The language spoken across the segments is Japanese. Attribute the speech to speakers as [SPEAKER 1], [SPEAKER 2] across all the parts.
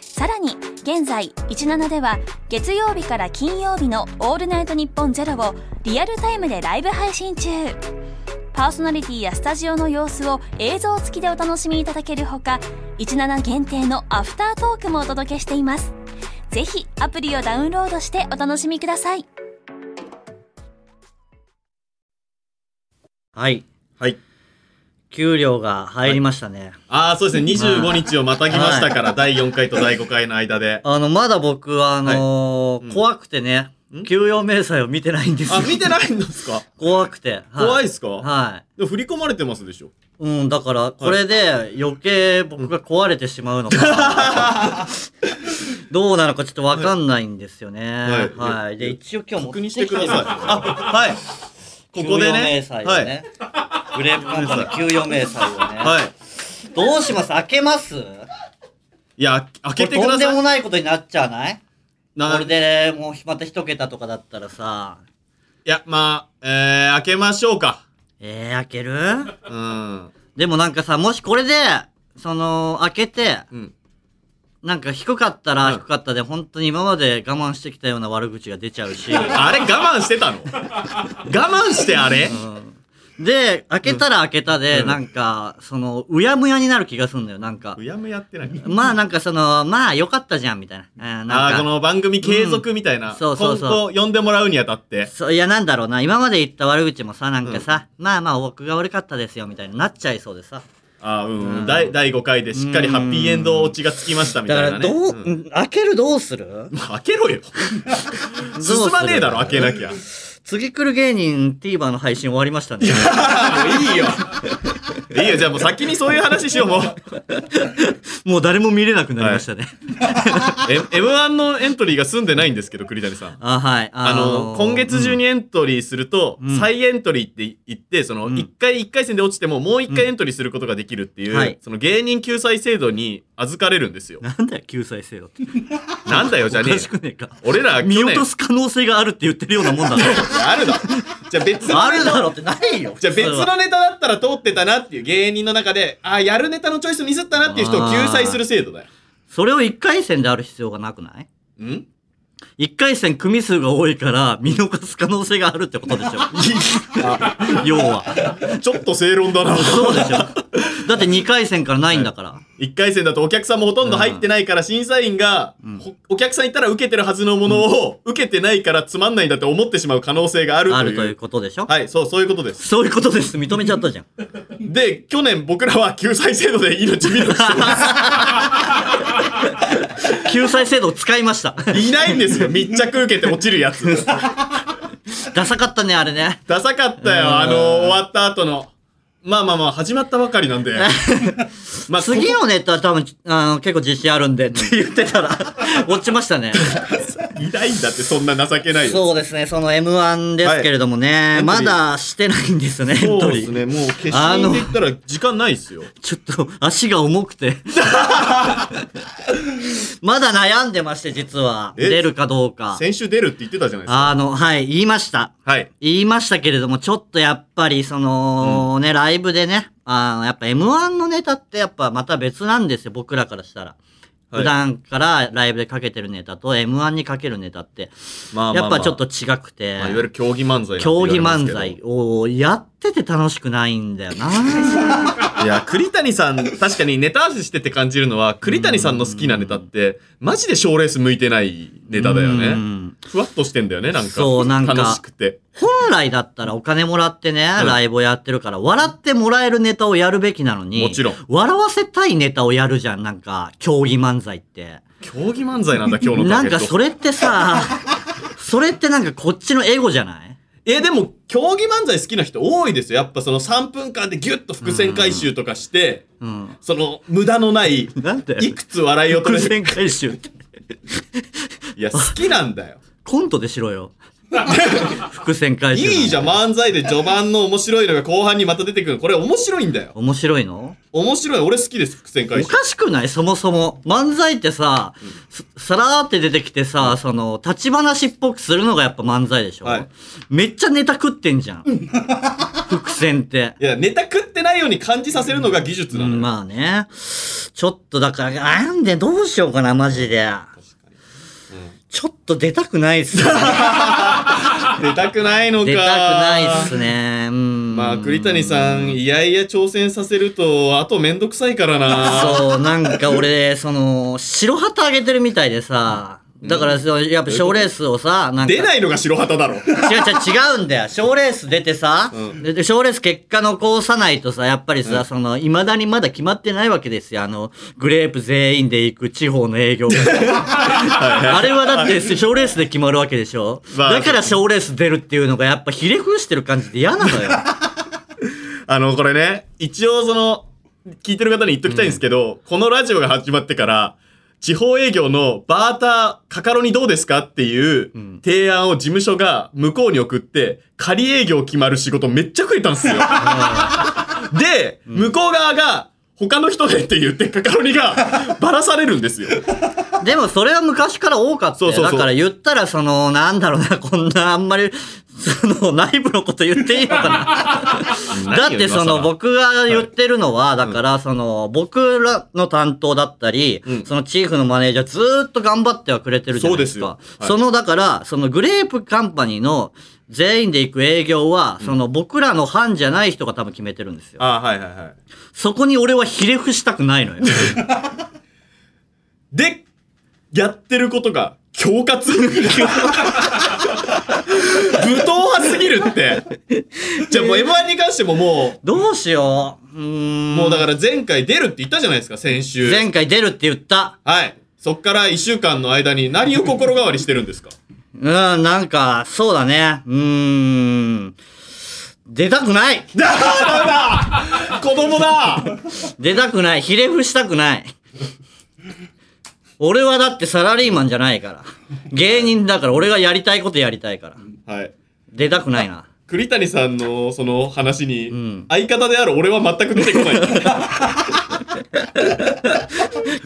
[SPEAKER 1] さらに現在17では月曜日から金曜日の「オールナイトニッポンゼロをリアルタイムでライブ配信中パーソナリティやスタジオの様子を映像付きでお楽しみいただけるほか17限定のアフタートークもお届けしていますぜひアプリをダウンロードしてお楽しみください
[SPEAKER 2] はい
[SPEAKER 3] はい。
[SPEAKER 2] 給料が入りましたね、
[SPEAKER 3] ああ、そうですね。25日をまたぎましたから、第4回と第5回の間で。
[SPEAKER 2] あのまだ僕はあのー
[SPEAKER 3] うん
[SPEAKER 2] 怖くてね
[SPEAKER 3] ん
[SPEAKER 2] 給与明細を見てないんですよ
[SPEAKER 3] あ、見てないんですか
[SPEAKER 2] 怖くて、
[SPEAKER 3] 怖いっ
[SPEAKER 2] っ
[SPEAKER 3] すか
[SPEAKER 2] はい
[SPEAKER 3] でも振り込まれてますでしょ
[SPEAKER 2] うん、だから、これで余計僕が壊れてしまうのか、 どうなのかちょっとわかんないんですよね。はいい。
[SPEAKER 3] はい
[SPEAKER 2] で、一応今日持
[SPEAKER 3] 確
[SPEAKER 2] っ
[SPEAKER 3] 認
[SPEAKER 2] て
[SPEAKER 3] し
[SPEAKER 2] き
[SPEAKER 3] て
[SPEAKER 2] て
[SPEAKER 3] ください。あ、はい。ここ
[SPEAKER 2] 給
[SPEAKER 3] で
[SPEAKER 2] 与
[SPEAKER 3] ね
[SPEAKER 2] 明。細をね。グレープカンパニー給与明細をね。
[SPEAKER 3] はい。はい。
[SPEAKER 2] どうします開けます
[SPEAKER 3] いや、開けて
[SPEAKER 2] こと
[SPEAKER 3] く
[SPEAKER 2] れとん
[SPEAKER 3] だ
[SPEAKER 2] で
[SPEAKER 3] さ
[SPEAKER 2] も
[SPEAKER 3] い。
[SPEAKER 2] ないことになっちゃわない
[SPEAKER 3] な
[SPEAKER 2] これで、もうまた一桁とかだったらさ、
[SPEAKER 3] いや、まあ、えー、開けましょうか。
[SPEAKER 2] えー、開ける
[SPEAKER 3] うん。
[SPEAKER 2] でもなんかさ、もしこれで、その、開けて、
[SPEAKER 3] うん。
[SPEAKER 2] なんか低かった
[SPEAKER 3] う
[SPEAKER 2] ら
[SPEAKER 3] ん
[SPEAKER 2] 低かったで、本当に今まで我慢してきたような悪口が出ちゃう し、
[SPEAKER 3] あれ我慢してたの我慢してあれ、
[SPEAKER 2] うんで、開けたら開けたで、
[SPEAKER 3] うん
[SPEAKER 2] なんか、その、うやむやになる気がするんだよ、なんか
[SPEAKER 3] う。やむやってない。
[SPEAKER 2] まあなんかその、まあよかったじゃん、みたいな。あー
[SPEAKER 3] あ
[SPEAKER 2] な
[SPEAKER 3] あー、こ
[SPEAKER 2] んか
[SPEAKER 3] の番組継続みたいな。
[SPEAKER 2] うんそうそうそう
[SPEAKER 3] 今後呼んでもらうにあたって。
[SPEAKER 2] そういや、なんだろうな、今まで言った悪口もさ、なんかさ、まあまあ僕が悪かったですよ、みたいになっちゃいそうでさ。
[SPEAKER 3] ああ、うん、う。
[SPEAKER 2] うんん
[SPEAKER 3] 第第5回でしっかりハッピーエンド落ちがつきましたみ
[SPEAKER 2] だか
[SPEAKER 3] たい
[SPEAKER 2] ら、
[SPEAKER 3] な
[SPEAKER 2] ど
[SPEAKER 3] ね。
[SPEAKER 2] う、
[SPEAKER 3] ん
[SPEAKER 2] うん開けるどうする
[SPEAKER 3] まあ開け ろよ。
[SPEAKER 2] どうする
[SPEAKER 3] 進まねえだろ、開けなきゃ。
[SPEAKER 2] 次来る芸人 TVer の配信終わりましたね。
[SPEAKER 3] いいよ。いいよ、じゃあもう先にそういう話しよう、もう。
[SPEAKER 2] もう誰も見れなくなりましたね。
[SPEAKER 3] M- M1 のエントリーが済んでないんですけど、栗谷さん。
[SPEAKER 2] あ、はい。
[SPEAKER 3] あの、今月中
[SPEAKER 2] に
[SPEAKER 3] にエントリーすると、
[SPEAKER 2] うん
[SPEAKER 3] 再エントリーって言って、その、
[SPEAKER 2] うん
[SPEAKER 3] 一回、一回戦で落ちても、もう一回エントリーすることができるっていう、
[SPEAKER 2] うんはい
[SPEAKER 3] その芸人救済制度に預かれるんですよ。
[SPEAKER 2] なんだよ、救済制度って。
[SPEAKER 3] なんだよ、じゃ
[SPEAKER 2] お
[SPEAKER 3] ね
[SPEAKER 2] か
[SPEAKER 3] え
[SPEAKER 2] し
[SPEAKER 3] よ
[SPEAKER 2] くねえか。
[SPEAKER 3] 俺ら、
[SPEAKER 2] 見
[SPEAKER 3] 去
[SPEAKER 2] 落
[SPEAKER 3] 年
[SPEAKER 2] と、す可能性があるって言ってるようなもんだな。
[SPEAKER 3] あるだろ。じ ゃあ別の
[SPEAKER 2] あるだろってないよ。
[SPEAKER 3] じゃあ別
[SPEAKER 2] 普通は
[SPEAKER 3] のネタだったら通ってたなっていう芸人の中で、ああ、やるネタのチョイスミスったなっていう人を救済する制度だよ。
[SPEAKER 2] それを1回戦である必要がなくない
[SPEAKER 3] ん
[SPEAKER 2] ?1 回戦組数が多いから見逃す可能性があるってことで しょ。要は。
[SPEAKER 3] ちょっと正論だな。
[SPEAKER 2] そうでしょ。だって2回戦からないんだから。
[SPEAKER 3] 一回戦だとお客さんもほとんど入ってないから、審査員が、ほお客さんいたら受けてるはずのものを、受けてないからつまんないんだって思ってしまう可能性があるという。
[SPEAKER 2] あるということでしょ。
[SPEAKER 3] はい、そう、そういうことです。
[SPEAKER 2] そういうことです。認めちゃったじゃん。
[SPEAKER 3] で、去年僕らは救済制度で命見ろしてま
[SPEAKER 2] 救済制度を使いました。
[SPEAKER 3] す。いないんです よ、密着受けて落ちるやつ。
[SPEAKER 2] ダサかったね、あれね。
[SPEAKER 3] ダサかった
[SPEAKER 2] うん
[SPEAKER 3] よ、あの、終わった後の。まあまあまあ、始まったばかりなん で。まあ、ここ
[SPEAKER 2] 次のネタ多分、あの、結構自信あるん でって言ってたら、 落ちましたね。
[SPEAKER 3] いないんだって、そんな情けない
[SPEAKER 2] そうですね、その M1 ですけれどもね、
[SPEAKER 3] い
[SPEAKER 2] まだしてないんですよね、エントリー。
[SPEAKER 3] ね、もう決
[SPEAKER 2] あの
[SPEAKER 3] ったら時間ないっすよ。
[SPEAKER 2] ちょっと足が重くて。 まだ悩んでまして、実は。
[SPEAKER 3] え
[SPEAKER 2] 出るかどうか。
[SPEAKER 3] 先週出るって言ってたじゃないですか。
[SPEAKER 2] あの、はい、言いました。
[SPEAKER 3] はい。
[SPEAKER 2] 言いましたけれども、ちょっとやっぱり、その、ね、ライブでね、あの、やっぱ M1 のネタってやっぱまた別なんですよ、僕らからしたら。
[SPEAKER 3] はい
[SPEAKER 2] 普段からライブでかけてるネタと M1 にかけるネタって、
[SPEAKER 3] まあま
[SPEAKER 2] や
[SPEAKER 3] あ
[SPEAKER 2] っ
[SPEAKER 3] まあ
[SPEAKER 2] ぱちょっと違くて。
[SPEAKER 3] まあいわゆる競技漫才なんて言わ
[SPEAKER 2] 競技
[SPEAKER 3] れますけ
[SPEAKER 2] 漫
[SPEAKER 3] ど
[SPEAKER 2] 才をやってて楽しくないんだよな。
[SPEAKER 3] いや栗谷さん確かにネタ合わせしてて感じるのは栗谷さんの好きなネタってマジで賞ーレース向いてないネタだよ
[SPEAKER 2] う
[SPEAKER 3] ね
[SPEAKER 2] ん
[SPEAKER 3] ふわっとしてんだよねなんか
[SPEAKER 2] そうなんか
[SPEAKER 3] 楽しくて
[SPEAKER 2] 本来だったらお金もらってね、
[SPEAKER 3] うん
[SPEAKER 2] ライブをやってるから、笑ってもらえるネタをやるべきなのに、
[SPEAKER 3] もちろん
[SPEAKER 2] 笑わせたいネタをやるじゃん、なんか、競技漫才って。
[SPEAKER 3] 競技漫才なんだ今日のタ
[SPEAKER 2] な
[SPEAKER 3] ー
[SPEAKER 2] ん
[SPEAKER 3] ゲ
[SPEAKER 2] か
[SPEAKER 3] ッ
[SPEAKER 2] そ
[SPEAKER 3] ト
[SPEAKER 2] れって さ、それってなんかこっちのエゴじゃない
[SPEAKER 3] えでも競技漫才好きな人多いですよやっぱその3分間でギュッと伏線回収とかして
[SPEAKER 2] うん。
[SPEAKER 3] その無駄のない
[SPEAKER 2] なんて
[SPEAKER 3] いくつ笑いを取
[SPEAKER 2] 伏
[SPEAKER 3] れる
[SPEAKER 2] 線回収って。
[SPEAKER 3] いや好きなんだよ
[SPEAKER 2] コントでしろよ。伏線回収
[SPEAKER 3] いいじゃん、漫才で序盤の面白いのが後半にまた出てくるの。これ面白いんだよ。
[SPEAKER 2] 面白いの
[SPEAKER 3] 面白い。俺好きです、伏線回
[SPEAKER 2] お
[SPEAKER 3] 収。
[SPEAKER 2] かしくないそもそも。漫才ってさ、すさらーって出てきてさ、その、立ち話っぽくするのがやっぱ漫才でしょ、
[SPEAKER 3] はい
[SPEAKER 2] めっちゃネタ食ってんじゃん。伏線って。
[SPEAKER 3] いや、ネタ食ってないように感じさせるのが技術な
[SPEAKER 2] う
[SPEAKER 3] の
[SPEAKER 2] ん
[SPEAKER 3] よ。
[SPEAKER 2] まあね。ちょっとだから、悩んでどうしようかな、マジで。ちょっと出たくないっすね。
[SPEAKER 3] 出たくないのか。
[SPEAKER 2] 出たくないっすね。うん。
[SPEAKER 3] まあ、栗谷さん、いやいや挑戦させると、あとめんどくさいからな。
[SPEAKER 2] そう、なんか俺、その、白旗あげてるみたいでさ、だから、そのやっぱ賞レースをさ、なんか。
[SPEAKER 3] 出ないのが白旗だろ。
[SPEAKER 2] 違う違う違うんだよ。賞レース出てさ、
[SPEAKER 3] うん
[SPEAKER 2] でで賞レース結果残さないとさ、やっぱりさ、その、未だにまだ決まってないわけですよ。あの、グレープ全員で行く地方の営 業あれはだって賞レースで決まるわけでしょ、
[SPEAKER 3] まあ
[SPEAKER 2] だから賞レース出るっていうのがやっぱひれ伏してる感じで嫌な のよ。
[SPEAKER 3] あの、これね、一応その、聞いてる方に言っときたいんですけど、このラジオが始まってから、地方営業のバーター、カカロニどうですかっていう提案を事務所が向こうに送って、仮営業決まる仕事めっちゃ増えたんですよ。 で、向こう側が、他の人でって言ってカカロニがばらされるん ですよ。
[SPEAKER 2] でもそれは昔から多かったよ
[SPEAKER 3] そうそうそう
[SPEAKER 2] だから言ったらその、なんだろうな、こんなあんまり、その、内部のこと言っていいのかな。だってその、僕が言ってるのは、だからその、僕らの担当だったり、
[SPEAKER 3] うん
[SPEAKER 2] そのチーフのマネージャーずーっと頑張ってはくれてるじゃないですか。
[SPEAKER 3] そ
[SPEAKER 2] そ
[SPEAKER 3] うですよはい
[SPEAKER 2] の、だから、そのグレープカンパニーの全員で行く営業は、その、僕らの班じゃない人が多分決めてるんですよ。
[SPEAKER 3] ああ、はいはいはい。
[SPEAKER 2] そこに俺はひれ伏したくないの よ。
[SPEAKER 3] で、やってることが、恐喝武闘派すぎるって。じゃあもう M1 に関してもも
[SPEAKER 2] どうしよう。うー
[SPEAKER 3] う、
[SPEAKER 2] ん。
[SPEAKER 3] もうだから前回出るって言ったじゃないですか、先週。
[SPEAKER 2] 前回出るって言った。
[SPEAKER 3] はい。そっから1週間の間に何を心変わりしてるんですか
[SPEAKER 2] うん、なんか、そうだね。うーん。出たくない
[SPEAKER 3] 子供だ
[SPEAKER 2] 出たくない。ひれ伏したくない。俺はだってサラリーマンじゃないから。芸人だから、俺がやりたいことやりたいから。
[SPEAKER 3] はい。
[SPEAKER 2] 出たくないな。
[SPEAKER 3] 栗谷さんのその話に、
[SPEAKER 2] ん
[SPEAKER 3] 相方である俺は全く出てこない。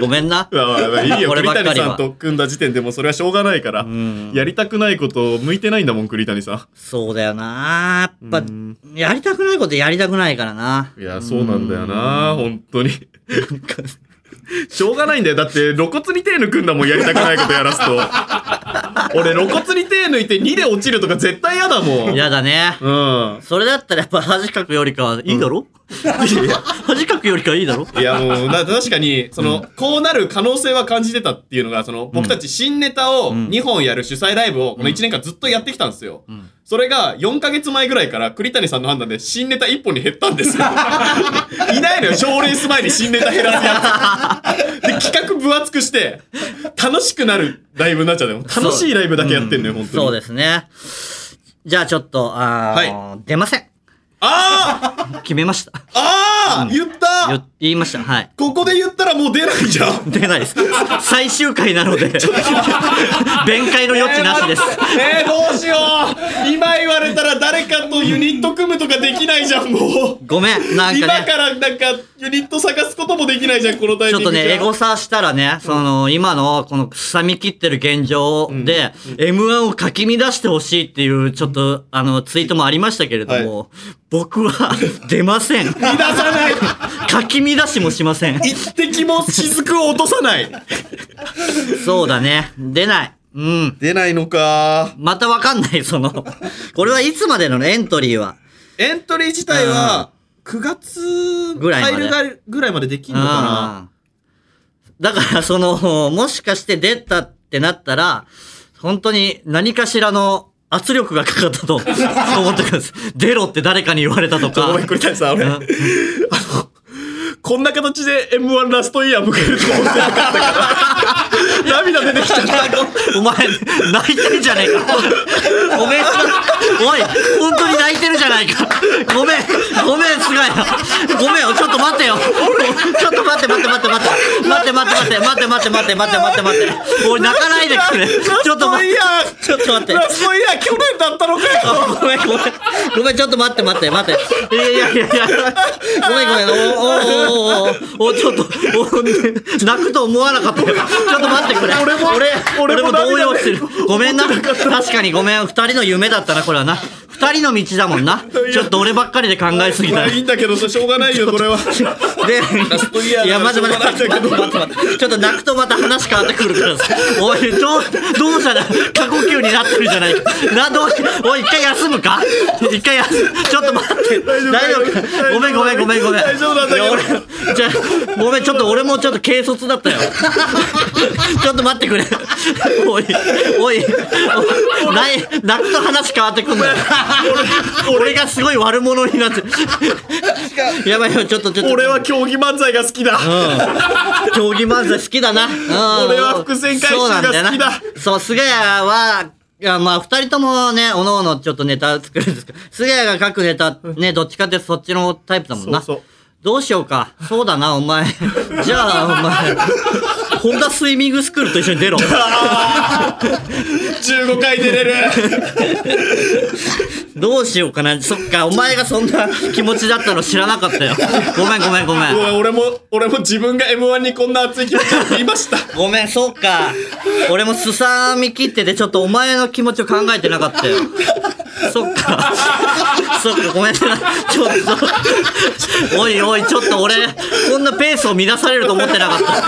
[SPEAKER 2] ごめんな。
[SPEAKER 3] まあまあまあいいよ、
[SPEAKER 2] 俺
[SPEAKER 3] 栗
[SPEAKER 2] ばっかり
[SPEAKER 3] 谷
[SPEAKER 2] は
[SPEAKER 3] さんと組んだ時点でもうそれはしょうがないから、やりたくないことを向いてないんだもん、栗谷さん。
[SPEAKER 2] そうだよな。やっぱ
[SPEAKER 3] ん、
[SPEAKER 2] やりたくないことやりたくないからな。
[SPEAKER 3] いや、そうなんだよな、本当に。しょうがないんだよ。だって、露骨に手抜くんだもん、やりたくないことやらすと。 俺、露骨に手抜いて2で落ちるとか絶対嫌だもん。
[SPEAKER 2] 嫌だね。
[SPEAKER 3] うん。
[SPEAKER 2] それだったらやっぱ恥かくよりかはいいだろ、恥かくよりかはいいだろ
[SPEAKER 3] いや、もう、な確かに、その、こうなる可能性は感じてたっていうのが、その、僕たち新ネタを2本やる主催ライブを、この1年間ずっとやってきたんですよ。それが、4ヶ月前ぐらいから、栗谷さんの判断で新ネタ1本に減ったんですよ。 いないのよ、賞レース前に新ネタ減らすやつ。で、企画分厚くして、楽しくなるライブになっちゃうよ。楽しいライブだけやってんのよ、本当に。
[SPEAKER 2] そう
[SPEAKER 3] す。
[SPEAKER 2] ですね。じゃあちょっと、あー出ません。
[SPEAKER 3] あー
[SPEAKER 2] 決めました。
[SPEAKER 3] あー言った
[SPEAKER 2] よ言いました。はい。
[SPEAKER 3] ここで言ったらもう出ないじゃん。
[SPEAKER 2] 出ないです。最終回なので、弁解の余地なしです。
[SPEAKER 3] えー、どうしよう今言われたら誰かとユニット組むとかできないじゃん、もう。
[SPEAKER 2] ごめん、なん
[SPEAKER 3] 今
[SPEAKER 2] かね
[SPEAKER 3] か。らなんかユニット探すこともできないじゃん、このタイ
[SPEAKER 2] ち
[SPEAKER 3] ミ
[SPEAKER 2] ょ
[SPEAKER 3] ン
[SPEAKER 2] っと
[SPEAKER 3] グじゃ
[SPEAKER 2] ね、エゴサしたらね、その、今の、この、さみ切ってる現状で、M1 をかき乱してほしいっていう、ちょっと、あの、ツイートもありましたけれども、僕は、出ません。
[SPEAKER 3] 乱さない
[SPEAKER 2] かき乱しもしません。
[SPEAKER 3] 一滴も雫を落とさない
[SPEAKER 2] そうだね。出ない。うん。
[SPEAKER 3] 出ないのか
[SPEAKER 2] またわかんない、その、これはいつまでなのエントリーは。
[SPEAKER 3] エントリー自体は9月
[SPEAKER 2] ぐらいまで
[SPEAKER 3] 入るぐらいまでできんのかな
[SPEAKER 2] ああだから、その、もしかして出たってなったら、本当に何かしらの圧力がかかったと思ってください。出ろって誰かに言われたと
[SPEAKER 3] ちょっと
[SPEAKER 2] か
[SPEAKER 3] ごめ。ん栗谷さん俺、あ
[SPEAKER 2] う
[SPEAKER 3] のこんな形で M1 ラストイヤー迎えると思ってなかったから涙出てきちゃった
[SPEAKER 2] お前、泣いてるじゃねえか。ごめん、おい、本当に泣いてるじゃないか。ごめん、ごめん、すがや。ごめんよ、ちょっと待ってよ。ちょっと待って、待って、待って、待って。待って、待って、待って、待って、待って、待って、待って、待って、待って。おい、泣かないでくれ。ちょっと待って
[SPEAKER 3] ラス
[SPEAKER 2] ち
[SPEAKER 3] トイヤー
[SPEAKER 2] ょっと待って。
[SPEAKER 4] そういや、去年だったのかよ。
[SPEAKER 2] あごめんごめん。ごめん、ちょっと待って待って待って。いやいやいやいや。ごめんごめん。おおおおおおちょっと、お泣くと思わなかったよ。ちょっと待ってくれ。俺も、俺
[SPEAKER 4] 俺も
[SPEAKER 2] も動揺してる。ごめんな。確かにごめん。二人の夢だったな、これはな。二人の道だもんな。ちょっと俺ばっかりで考えすぎ
[SPEAKER 4] ま
[SPEAKER 2] た
[SPEAKER 4] あ。いいんだけどさ、しょうがないよ、これは。スト
[SPEAKER 2] で、
[SPEAKER 4] イヤーだから
[SPEAKER 2] いや、待って待って
[SPEAKER 4] しょうがないんだけど
[SPEAKER 2] 待って待ってちょっと泣くとまた話変わってくるからさ。おい、どう、どうしたら過呼吸になってるじゃないか。な、どうし、おい、一回休むか一回休む。ちょっと待って。大丈夫かごめんごめんごめんごめん。
[SPEAKER 4] 大丈夫なんだけど
[SPEAKER 2] いや俺じゃあごめん、ちょっと俺もちょっと軽率だったよ。 ちょっと待ってくれ。おい、おい、おいない泣くと話変わってくん だよ。俺がすごい悪者になって。やばいよ、ちょっとちょっと。
[SPEAKER 4] 俺は競技漫才が好きだ。
[SPEAKER 2] 競技漫才好きだな。うん、
[SPEAKER 4] 俺は伏線回収が好
[SPEAKER 2] そう
[SPEAKER 4] きだ
[SPEAKER 2] なんよなそう、菅谷は、いやまあ、二人ともね、おのおのちょっとネタ作るんですけど、菅谷が書くネタ、ね、どっちかってそっちのタイプだもんな。
[SPEAKER 4] そうそう
[SPEAKER 2] どうしようか。そうだな、お前。じゃあ、お前。ホンダスイミングスクールと一緒に出ろ。
[SPEAKER 4] 15回出れる。
[SPEAKER 2] どうしようかな。そっか、お前がそんな気持ちだったの知らなかったよ。ごめんごめんごめん
[SPEAKER 4] う。わ俺も、俺も自分が M1 にこんな熱い気持ちを言いました。
[SPEAKER 2] ごめん、そうか。俺もすさみ切ってて、ちょっとお前の気持ちを考えてなかったよ。そっか。そっか、ごめんな。ちょっと。おいおい、ちょっと俺、こんなペースを乱されると思ってなかった。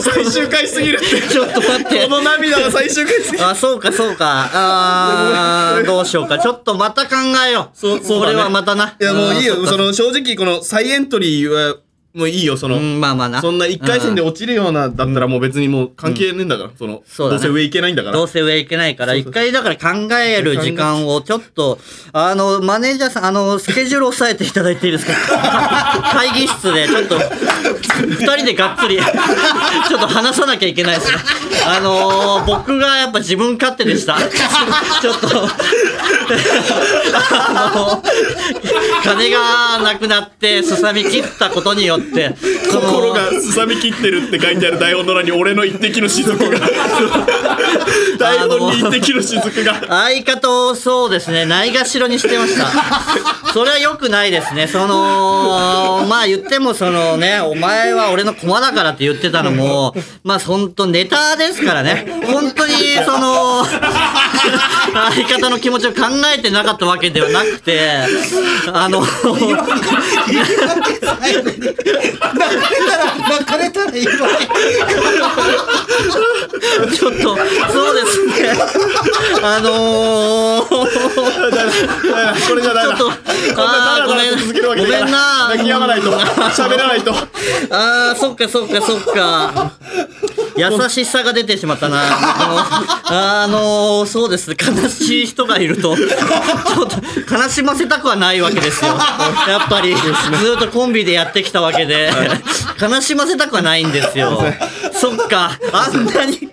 [SPEAKER 4] 最終回すぎるって。
[SPEAKER 2] ちょっと待って
[SPEAKER 4] こ。の涙が最終回すぎる。
[SPEAKER 2] あ、そうか、そうか。あー、どうしようか。ちょっとまた考えよう。
[SPEAKER 4] そうそうだ
[SPEAKER 2] こ
[SPEAKER 4] ね
[SPEAKER 2] れはまたな。
[SPEAKER 4] いや、もういい
[SPEAKER 2] ん
[SPEAKER 4] よ。その、正直、この、再エントリーは、もういいよ、その。
[SPEAKER 2] うん、まあまあな。
[SPEAKER 4] そんな一回戦で落ちるようなだったらもう別にもう関係ねえんだから、その
[SPEAKER 2] そうだ
[SPEAKER 4] ど
[SPEAKER 2] ね
[SPEAKER 4] うせ上行けないんだから
[SPEAKER 2] どうせ上行けないから、一回だから考える時間をちょっと、あの、マネージャーさん、あの、スケジュール押さえていただいていいですか 会議室で、ちょっと、二人でがっつり、ち ょっと話さなきゃいけないですね。あのー僕がやっぱ自分勝手でした。 ちょっと、 あの金がなくなって、すさみ切ったことによって、 その
[SPEAKER 4] 心がすさみきってるって書いてある台本の裏に俺の一滴の雫 が台本に一滴の雫が
[SPEAKER 2] 相方をそうですね、ないがしろにしてました。それは良くないですね。その、まあ言ってもそのね、お前は俺の駒だからって言ってたのも、まあほんとネタですからね。本当にその、相方の気持ちを考えてなかったわけではなくて、あの、
[SPEAKER 3] 泣かれたらいいわ
[SPEAKER 2] ちょっと、そうですね。あ のー、
[SPEAKER 4] これじゃダメだ
[SPEAKER 2] ちょっと
[SPEAKER 4] こんなダラダラと続けるわけにはいか
[SPEAKER 2] ごめんな
[SPEAKER 4] 泣き止まないと喋らない と
[SPEAKER 2] あー、そっかそっかそっか。優しさが出てしまったな。あの、あのそうですね。悲しい人がいると、ちょっと悲しませたくはないわけですよ。やっぱり、ずっとコンビでやってきたわけで、悲しませたくはないんですよ。そっか、あんなに、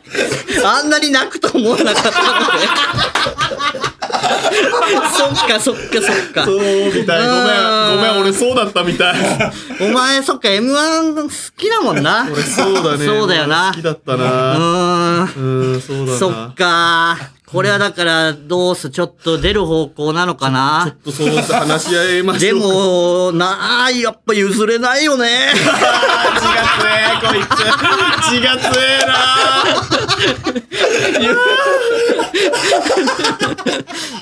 [SPEAKER 2] あんなに泣くと思わなかったので。そっかそっかそっか。
[SPEAKER 4] そうみた
[SPEAKER 2] あ
[SPEAKER 4] い
[SPEAKER 2] ー
[SPEAKER 4] ごめんごめん俺そうだったみたい
[SPEAKER 2] お前、そっか、M1 好きだもんな。
[SPEAKER 4] 俺そうだね
[SPEAKER 2] そうだよな
[SPEAKER 4] 好きだった
[SPEAKER 2] う
[SPEAKER 4] な
[SPEAKER 2] ーん。
[SPEAKER 4] うんそうだ
[SPEAKER 2] そ
[SPEAKER 4] な
[SPEAKER 2] っかこれはだから、どうす、ちょっと出る方向なのかな
[SPEAKER 4] ちょっとそう話し合いまし
[SPEAKER 2] で
[SPEAKER 4] ょうか
[SPEAKER 2] も、なあ、やっぱ譲れないよね。
[SPEAKER 4] あー血が強えこいつ血が強えな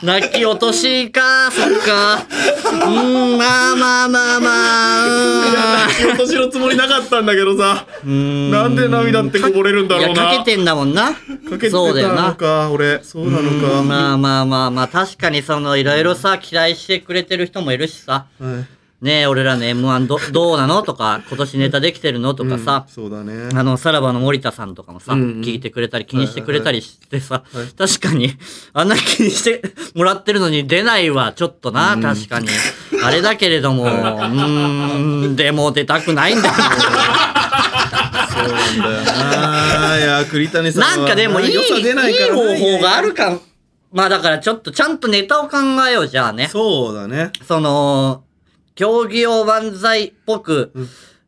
[SPEAKER 2] 泣き落としか、そっか。うーん、まあまあまあまあ。
[SPEAKER 4] 仕事しろつもりなかったんだけどさなんで涙ってこぼれるんだ
[SPEAKER 2] い
[SPEAKER 4] ろ
[SPEAKER 2] や、
[SPEAKER 4] う
[SPEAKER 2] かけ
[SPEAKER 4] な
[SPEAKER 2] てんだもんな。かそうだよ
[SPEAKER 4] たの
[SPEAKER 2] な。
[SPEAKER 4] か俺そうなのか
[SPEAKER 2] まあまあまあまあ、確かにその、いろいろさ、期待してくれてる人もいるしさ。
[SPEAKER 4] はい
[SPEAKER 2] ねえ、俺らの M1 どどうなのとか、今年ネタできてるのとかさ。
[SPEAKER 4] そうだね
[SPEAKER 2] あの、さらばの森田さんとかもさ、
[SPEAKER 4] うんうん
[SPEAKER 2] 聞いてくれたり、気にしてくれたりしてさ、 確かに、あんな気にしてもらってるのに出ないはちょっとな、確かに。あれだけれども、うーん、でも出たくないんだ よ。
[SPEAKER 4] そうなんだよなあいや栗谷さんは
[SPEAKER 2] なんかでもいい、い
[SPEAKER 4] 良さ出ないか
[SPEAKER 2] い
[SPEAKER 4] ら
[SPEAKER 2] 方法があ
[SPEAKER 4] る
[SPEAKER 2] るか。まあだからちょっとちゃんとネタを考えよう、じゃあね。
[SPEAKER 4] そうだね
[SPEAKER 2] その、競技用漫才っぽく、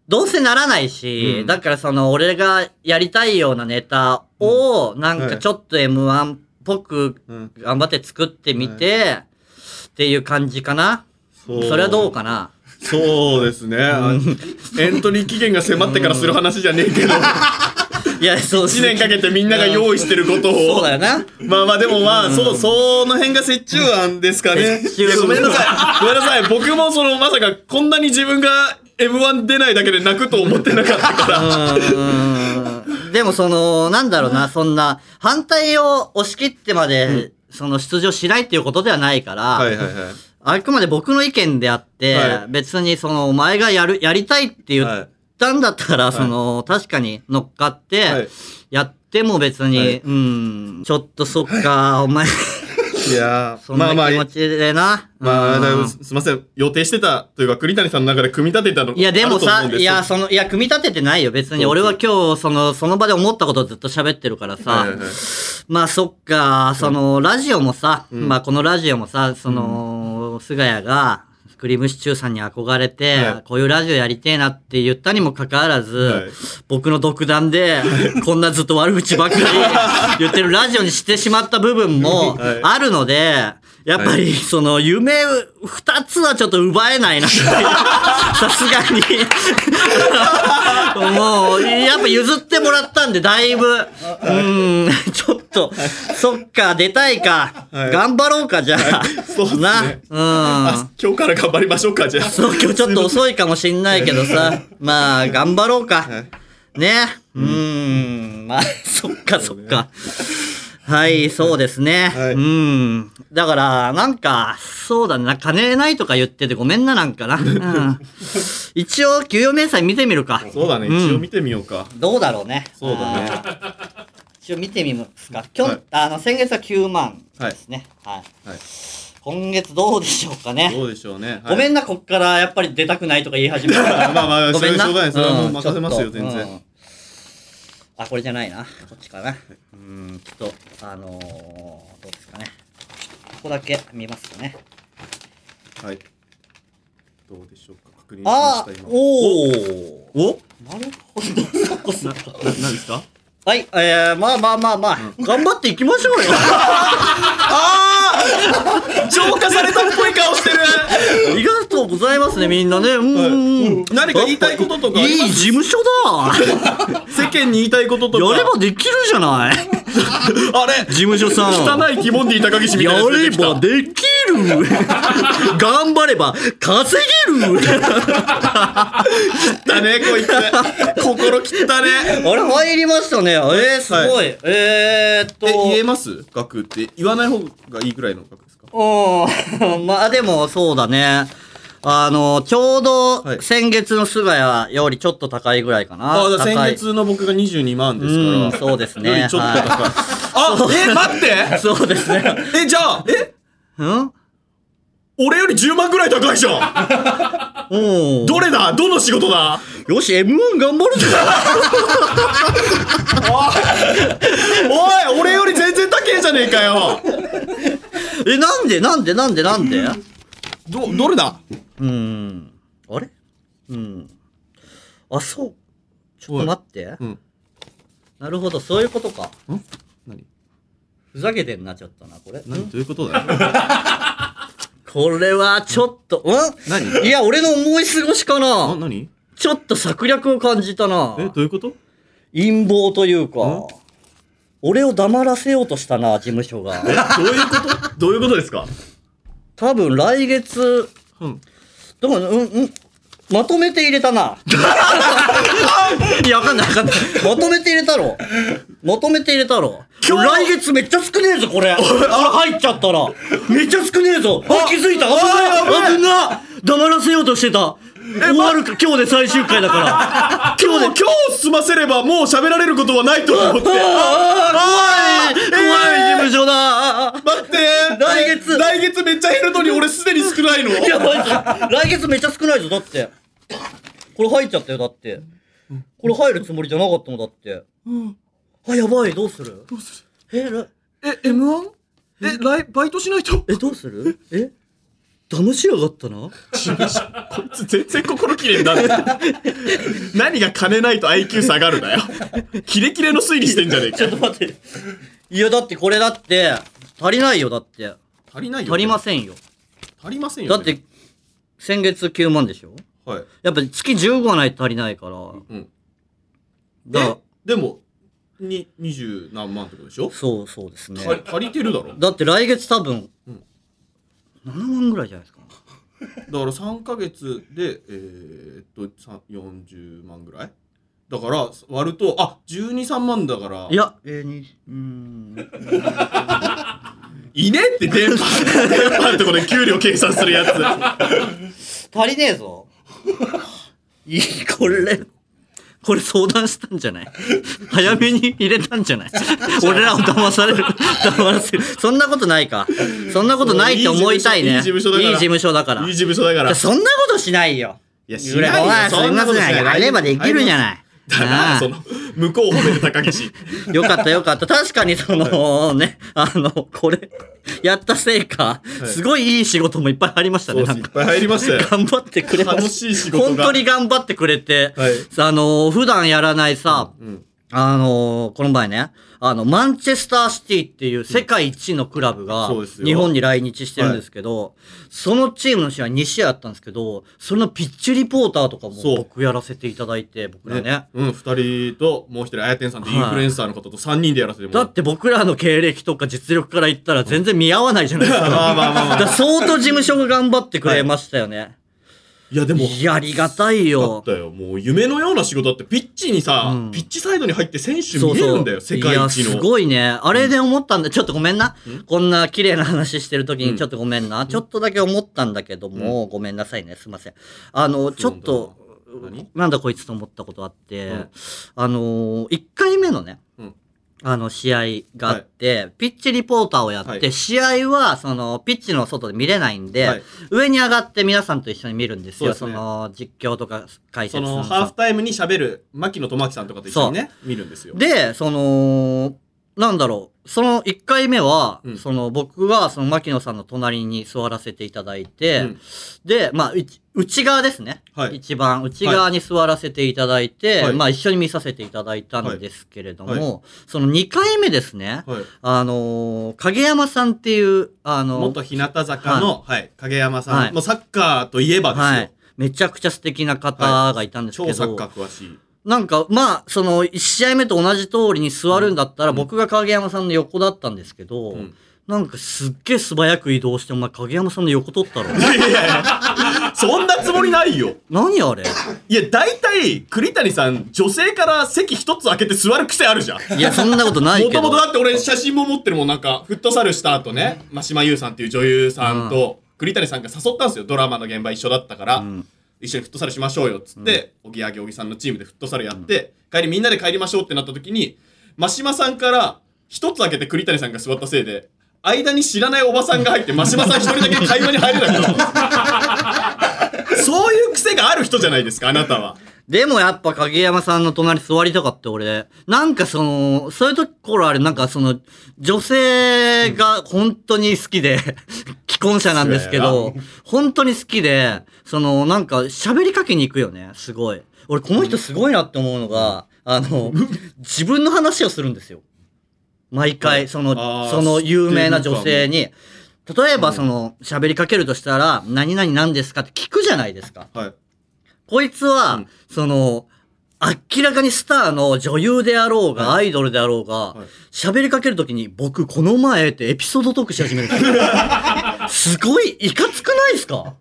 [SPEAKER 2] どうせならないし、だからその、俺がやりたいようなネタを、なんかちょっと M1 っぽく
[SPEAKER 3] うん
[SPEAKER 2] 頑張って作ってみて、っていう感じかな。
[SPEAKER 3] そ
[SPEAKER 2] それはどうかな。
[SPEAKER 3] そうですね。あ
[SPEAKER 4] エントリー期限が迫ってからする話じゃねえけど、
[SPEAKER 2] いや、そう
[SPEAKER 4] 1年かけてみんなが用意してること
[SPEAKER 2] そう
[SPEAKER 4] を。
[SPEAKER 2] だよな。
[SPEAKER 3] まあまあでもまあ、そう、その辺が折衷案ですかね。
[SPEAKER 2] 折衷
[SPEAKER 3] いやごめんなさい。
[SPEAKER 4] ごめんなさい、僕もその、まさかこんなに自分が M1 出ないだけで泣くと思ってなかったから。
[SPEAKER 2] うんでもその、なんだろうな、そんな、反対を押し切ってまで、その出場しないっていうことではないから、
[SPEAKER 3] はいはいはい。
[SPEAKER 2] あくまで僕の意見であって、
[SPEAKER 3] はい
[SPEAKER 2] 別にその、お前がやる、やりたいって言ったんだったら、その、確かに乗っかって、
[SPEAKER 3] はい
[SPEAKER 2] やっても別に、
[SPEAKER 3] はい
[SPEAKER 2] うん、ちょっとそっか、お 前、
[SPEAKER 3] いやー
[SPEAKER 2] そんな
[SPEAKER 3] まあまあ
[SPEAKER 2] 気、持ちでな。
[SPEAKER 3] まあ、
[SPEAKER 2] うん
[SPEAKER 3] だいぶすすいません。
[SPEAKER 4] 予定してたというか、栗谷さんの中で組み立てたの
[SPEAKER 2] いや、でも
[SPEAKER 4] あ
[SPEAKER 2] さ、
[SPEAKER 4] ると思う
[SPEAKER 2] い
[SPEAKER 4] んすよ
[SPEAKER 2] や、その、いや、組み立ててないよ。別に、俺は今日、その、その場で思ったことをずっと喋ってるからさ
[SPEAKER 3] はいはいはい、
[SPEAKER 2] まあ、そっか、その、ラジオもさ、まあ、このラジオもさ、その、菅谷が、クリームシチューさんに憧れて、
[SPEAKER 3] はい
[SPEAKER 2] こういうラジオやりてえなって言ったにもかかわらず、
[SPEAKER 3] はい
[SPEAKER 2] 僕の独断で、こんなずっと悪口ばっか り言ってるラジオにしてしまった部分も
[SPEAKER 3] はい
[SPEAKER 2] あるので、やっぱり、その、夢二つはちょっと奪えないな っていうさすがに。もう、やっぱ譲ってもらったんで、だいぶ。うん、 ちょっと、そっか、出たいか。
[SPEAKER 3] はい
[SPEAKER 2] 頑張ろうか、じゃあ。
[SPEAKER 4] そうっすね
[SPEAKER 2] な。うん。
[SPEAKER 4] あ今日から頑張りましょうか、じゃあ。
[SPEAKER 2] そう、今日ちょっと遅いかもしんないけどさ。まあ、頑張ろうか。ね。うん。まあ、そっかそっか。はい、そうですね。
[SPEAKER 3] はい
[SPEAKER 2] うん。だから、なんか、そうだな、金ないとか言っててごめんな、なんかな。うん、一応、給与明細見てみるか。
[SPEAKER 4] そうだね、
[SPEAKER 2] ん
[SPEAKER 4] 一応見てみようか。
[SPEAKER 2] どうだろうね。
[SPEAKER 3] そうだね
[SPEAKER 2] ね。一応見てみますか。きょん
[SPEAKER 3] はい
[SPEAKER 2] あの先月は9万ですね。はい。
[SPEAKER 3] はい
[SPEAKER 2] 今月どうでしょうかね。
[SPEAKER 3] どうでしょうね。
[SPEAKER 2] ごめ
[SPEAKER 3] ん。
[SPEAKER 2] んな、こっからやっぱり出たくないとか言い始めたから。
[SPEAKER 3] まあまあ
[SPEAKER 2] ごめんな。
[SPEAKER 3] それはしょうがないそれはもう
[SPEAKER 2] うん
[SPEAKER 3] 任せますよ
[SPEAKER 2] ちょっと
[SPEAKER 3] 全然
[SPEAKER 2] うんあ、これじゃないな。こっちかな。うん、ちょっと、あのーどうですかね。ここだけ見ますかね。
[SPEAKER 3] はい。どうでしょうか。確認し
[SPEAKER 2] あ
[SPEAKER 3] ました、今。
[SPEAKER 2] おー。
[SPEAKER 3] お
[SPEAKER 2] なるほど。そっかそっか
[SPEAKER 3] な、なんですか
[SPEAKER 2] はい、えー、まあまあまあまあ、頑張っていきましょうよ。
[SPEAKER 4] 浄化されたっぽい顔してる
[SPEAKER 2] ありがとうございますね、みんなね。うんうんうん。
[SPEAKER 4] 何か言いたいこととかあ
[SPEAKER 2] いい
[SPEAKER 4] ります
[SPEAKER 2] 事務所だ。
[SPEAKER 4] 世間に言いたいこととか。
[SPEAKER 2] やればできるじゃない。
[SPEAKER 4] あれ
[SPEAKER 2] 事務所さん。
[SPEAKER 4] 汚いティモンディ高岸みた
[SPEAKER 2] や
[SPEAKER 4] いなや
[SPEAKER 2] れ
[SPEAKER 4] つ出てきた
[SPEAKER 2] ばできる。頑張れば稼げる。
[SPEAKER 4] だねこいつ 心切ったね
[SPEAKER 2] あれ入りましたね。えー、すごい。えーっと。
[SPEAKER 3] え、言えます額って。言わない方がいいぐらいの額ですか
[SPEAKER 2] うん。 まあでもそうだね。あの、ちょう
[SPEAKER 3] は
[SPEAKER 2] ど
[SPEAKER 3] い
[SPEAKER 2] 先月の菅谷よりちょっと高いぐらいかな。
[SPEAKER 3] あ、だから
[SPEAKER 2] 高い
[SPEAKER 3] 先月の僕が22万ですから。
[SPEAKER 2] うんそうですね
[SPEAKER 3] よりちょっと高い。
[SPEAKER 2] は
[SPEAKER 4] あえ待って
[SPEAKER 2] そうですね。
[SPEAKER 4] えじゃあえ
[SPEAKER 2] うん
[SPEAKER 4] 俺より10万ぐらい高いじゃん
[SPEAKER 2] うん。
[SPEAKER 4] どれだどの仕事だ
[SPEAKER 2] よし、M1 頑張るぞ。
[SPEAKER 4] おい俺より全然高えじゃねえかよ
[SPEAKER 2] え、なんでなんでなんでなんで
[SPEAKER 4] どどれだ
[SPEAKER 2] うん。あれうん。あ、そう。ちょっと待って。
[SPEAKER 3] うん
[SPEAKER 2] なるほど、そういうことか。
[SPEAKER 3] 何
[SPEAKER 2] ふざけてんな、ちょっとな、これ。
[SPEAKER 3] 何どういうこ とだよ。
[SPEAKER 2] これは、ちょっと、うん
[SPEAKER 3] 何
[SPEAKER 2] いや、俺の思い過ごしか
[SPEAKER 3] あ、
[SPEAKER 2] な。
[SPEAKER 3] 何
[SPEAKER 2] ちょっと策略を感じたな。
[SPEAKER 3] え、どういうこと
[SPEAKER 2] 陰謀というか。俺を黙らせようとしたな、事務所が。
[SPEAKER 3] どういうことどういうことですか
[SPEAKER 2] 多分来月、
[SPEAKER 3] うん。
[SPEAKER 2] でも、うん、うん、まとめて入れたな。いや、わかんないわかんない。まとめて入れたろ。まとめて入れたろ。今日来月めっちゃ少ねえぞ、これ。あれ入っちゃったら。めっちゃ少ねえぞ。あ、気づいた。危な危な黙らせようとしてた。終わるか、今日で最終回だから。今
[SPEAKER 4] もう
[SPEAKER 2] 日で。
[SPEAKER 4] 今日済ませればもう喋られることはないと思って
[SPEAKER 2] ああ、怖い。怖い事務所だ。
[SPEAKER 4] 待って
[SPEAKER 2] 来月
[SPEAKER 4] 来月めっちゃ減るのに俺すでに少ないの
[SPEAKER 2] いや、マジで来月めっちゃ少ないぞ、だって。これ入っちゃったよ、だって。これ入るつもりじゃなかったもん、だって。あ、やばい、どうするどうするえ、ら
[SPEAKER 3] え、M1? え、来、バイトしないと
[SPEAKER 2] え、どうするえ騙しやがったな。
[SPEAKER 4] こいつ全然心きれいになる。 何が金ないと IQ 下がるだよ。キレキレの推理してんじゃねえ
[SPEAKER 2] ちょっと待って。いや、だってこれだって、足りないよ、だって。
[SPEAKER 4] 足りないよ、
[SPEAKER 2] 足りませんよ。
[SPEAKER 4] 足りませんよ、
[SPEAKER 2] だって、、先月9万でしょ
[SPEAKER 4] はい。
[SPEAKER 2] やっぱ月15はないと足りないから。
[SPEAKER 4] うん。
[SPEAKER 2] だから
[SPEAKER 4] えでも、に、二十何万ってことでしょ
[SPEAKER 2] そうそうですね。
[SPEAKER 4] 足り足りてるだろ。
[SPEAKER 2] だって来月多分、
[SPEAKER 4] うん
[SPEAKER 2] 7万ぐらいじゃないですか。
[SPEAKER 4] だから3ヶ月で、えー、っと、さ40万ぐらいだから、割ると、あ、12、3万だから。
[SPEAKER 2] い、や、えー、に、うーん。
[SPEAKER 4] いねえって電 波、電波ってことで給料計算するやつ。
[SPEAKER 2] 足りねえぞ。 いい、これ、これ相談したんじゃ ない早めに入れたんじゃない俺らを騙さ れる、騙らせる。そんなことないか。そんなことないって思いたいね。
[SPEAKER 4] いい事務所いい事務
[SPEAKER 2] だから。い
[SPEAKER 4] いい
[SPEAKER 2] い事務所だか。
[SPEAKER 4] 事務所だからら。
[SPEAKER 2] そんなことしないよ。
[SPEAKER 4] いやしないよ
[SPEAKER 2] まあ
[SPEAKER 4] そんなことしない
[SPEAKER 2] すいませんやればできるじゃない。
[SPEAKER 4] だな、
[SPEAKER 2] なあ
[SPEAKER 4] その、向こうを褒めて高岸。
[SPEAKER 2] よかったよかった。確かにそのね、あの、これ、やったせいか、すごいいい仕事もいっぱいありました
[SPEAKER 4] そ
[SPEAKER 2] ね。
[SPEAKER 4] うで
[SPEAKER 2] な
[SPEAKER 4] す
[SPEAKER 2] ん
[SPEAKER 4] い
[SPEAKER 2] か
[SPEAKER 4] っぱい入りましたよ。
[SPEAKER 2] 頑張ってくれま
[SPEAKER 4] 楽しい仕事が
[SPEAKER 2] 本当に頑張ってくれて、
[SPEAKER 4] はい
[SPEAKER 2] あの、普段やらないさ、
[SPEAKER 4] うん。
[SPEAKER 2] あのこの前ね、あの、マンチェスターシティっていう世界一のクラブが、
[SPEAKER 4] そうですよ
[SPEAKER 2] 日本に来日してるんですけど、そのチームの試合2試合あったんですけど、そのピッチリポーターとかも
[SPEAKER 4] そう
[SPEAKER 2] 僕やらせていただいて、僕らね
[SPEAKER 4] ね。うん、2人と、もう1人、あやてんさんってインフルエンサーの方と3人でやらせてもら
[SPEAKER 2] だって僕らの経歴とか実力から言ったら全然見合わないじゃないです か。
[SPEAKER 4] まあまあまあまあ
[SPEAKER 2] だから相当事務所が頑張ってくれましたよね。
[SPEAKER 4] いや、でも、
[SPEAKER 2] いや、ありがたい
[SPEAKER 4] だっ
[SPEAKER 2] よ
[SPEAKER 4] た。よ。もう夢のような仕事だって、ピッチにさ、
[SPEAKER 2] うん
[SPEAKER 4] ピッチサイドに入って選手見えるんだよ、世界
[SPEAKER 2] いや、
[SPEAKER 4] 一
[SPEAKER 2] す
[SPEAKER 4] の。
[SPEAKER 2] ごいね。あれで思ったんだ。ちょっとごめんな。こんな綺麗な話してる時にちょっとごめんな。ちょっとだけ思ったんだけども、ごめんなさいね。すいません。あの、ちょっと
[SPEAKER 4] 何、
[SPEAKER 2] なんだこいつと思ったことあって、
[SPEAKER 4] うん
[SPEAKER 2] あの、1回目のね、
[SPEAKER 4] うん
[SPEAKER 2] あの、試合があって、ピッチリポーターをやって、
[SPEAKER 4] はい
[SPEAKER 2] 試合は、その、ピッチの外で見れないんで、
[SPEAKER 4] はい
[SPEAKER 2] 上に上がって皆さんと一緒に見るんですよ。
[SPEAKER 4] そ
[SPEAKER 2] そう
[SPEAKER 4] ですね
[SPEAKER 2] の、実況とか解
[SPEAKER 4] そ
[SPEAKER 2] 説
[SPEAKER 4] の、
[SPEAKER 2] のさ
[SPEAKER 4] ハーフタイムに喋る、牧野智樹さんとかと一緒にね、見るんですよ。
[SPEAKER 2] で、その、なんだろう、その1回目は、
[SPEAKER 4] うん
[SPEAKER 2] その僕がその牧野さんの隣に座らせていただいて、
[SPEAKER 4] うん
[SPEAKER 2] で、まあ、うち内側ですね。
[SPEAKER 4] はい
[SPEAKER 2] 一番内側に座らせていただいて、
[SPEAKER 4] はい
[SPEAKER 2] まあ一緒に見させていただいたんですけれども、
[SPEAKER 4] はいは
[SPEAKER 2] その2回目ですね、
[SPEAKER 4] はい。
[SPEAKER 2] あのー影山さんっていう、あの
[SPEAKER 4] 元日向坂の、はい、影山さん、
[SPEAKER 2] はい
[SPEAKER 4] もうサッカーといえばですよ。
[SPEAKER 2] はい、めちゃくちゃ素敵な方がいたんですけど、
[SPEAKER 4] 超サッカー詳しい。
[SPEAKER 2] なんか、まあ、その、1試合目と同じ通りに座るんだったら、僕が影山さんの横だったんですけど、
[SPEAKER 4] ん
[SPEAKER 2] なんかすっげえ素早く移動して、お前影山さんの横取ったろ。
[SPEAKER 4] いやいやいやそんなつもりないよ。
[SPEAKER 2] 何あれ
[SPEAKER 4] いや、大体、栗谷さん、女性から席一つ開けて座る癖あるじゃん。
[SPEAKER 2] いや、そんなことない
[SPEAKER 4] も
[SPEAKER 2] けど。
[SPEAKER 4] ともとだって俺写真も持ってるもん、なんか、フットサルした後ね、真島優さんっていう女優さんと、栗谷さんが誘ったんですよ、ドラマの現場一緒だったから、
[SPEAKER 2] ん
[SPEAKER 4] 一緒にフットサルしましょうよ、っつって、おぎやはぎおぎさんのチームでフットサルやって、帰りみんなで帰りましょうってなった時に、真島さんから、一つ開けて栗谷さんが座ったせいで、間に知らないおばさんが入って、真島さん一人だけ会話に入れな くなったのそういう癖がある人じゃないですか、あなたは。
[SPEAKER 2] でもやっぱ影山さんの隣座りたかった俺。なんかその、そういうところあれ、なんかその、女性が本当に好きで、 既婚者なんですけど、本当に好きで、その、なんか喋りかけに行くよね、すごい。俺この人すごいなって思うのが、あの、自分の話をするんですよ。毎回、そ
[SPEAKER 4] あー
[SPEAKER 2] の、その有名な女性に。例えばその、喋りかけるとしたら、何々なんですかって聞くじゃないですか。
[SPEAKER 4] はい。
[SPEAKER 2] こいつは、その、明らかにスターの女優であろうが、アイドルであろうが
[SPEAKER 4] はい、
[SPEAKER 2] 喋、りかけるときに、僕、この前ってエピソードトークし 始めるんですよ。すごい、いかつくないですか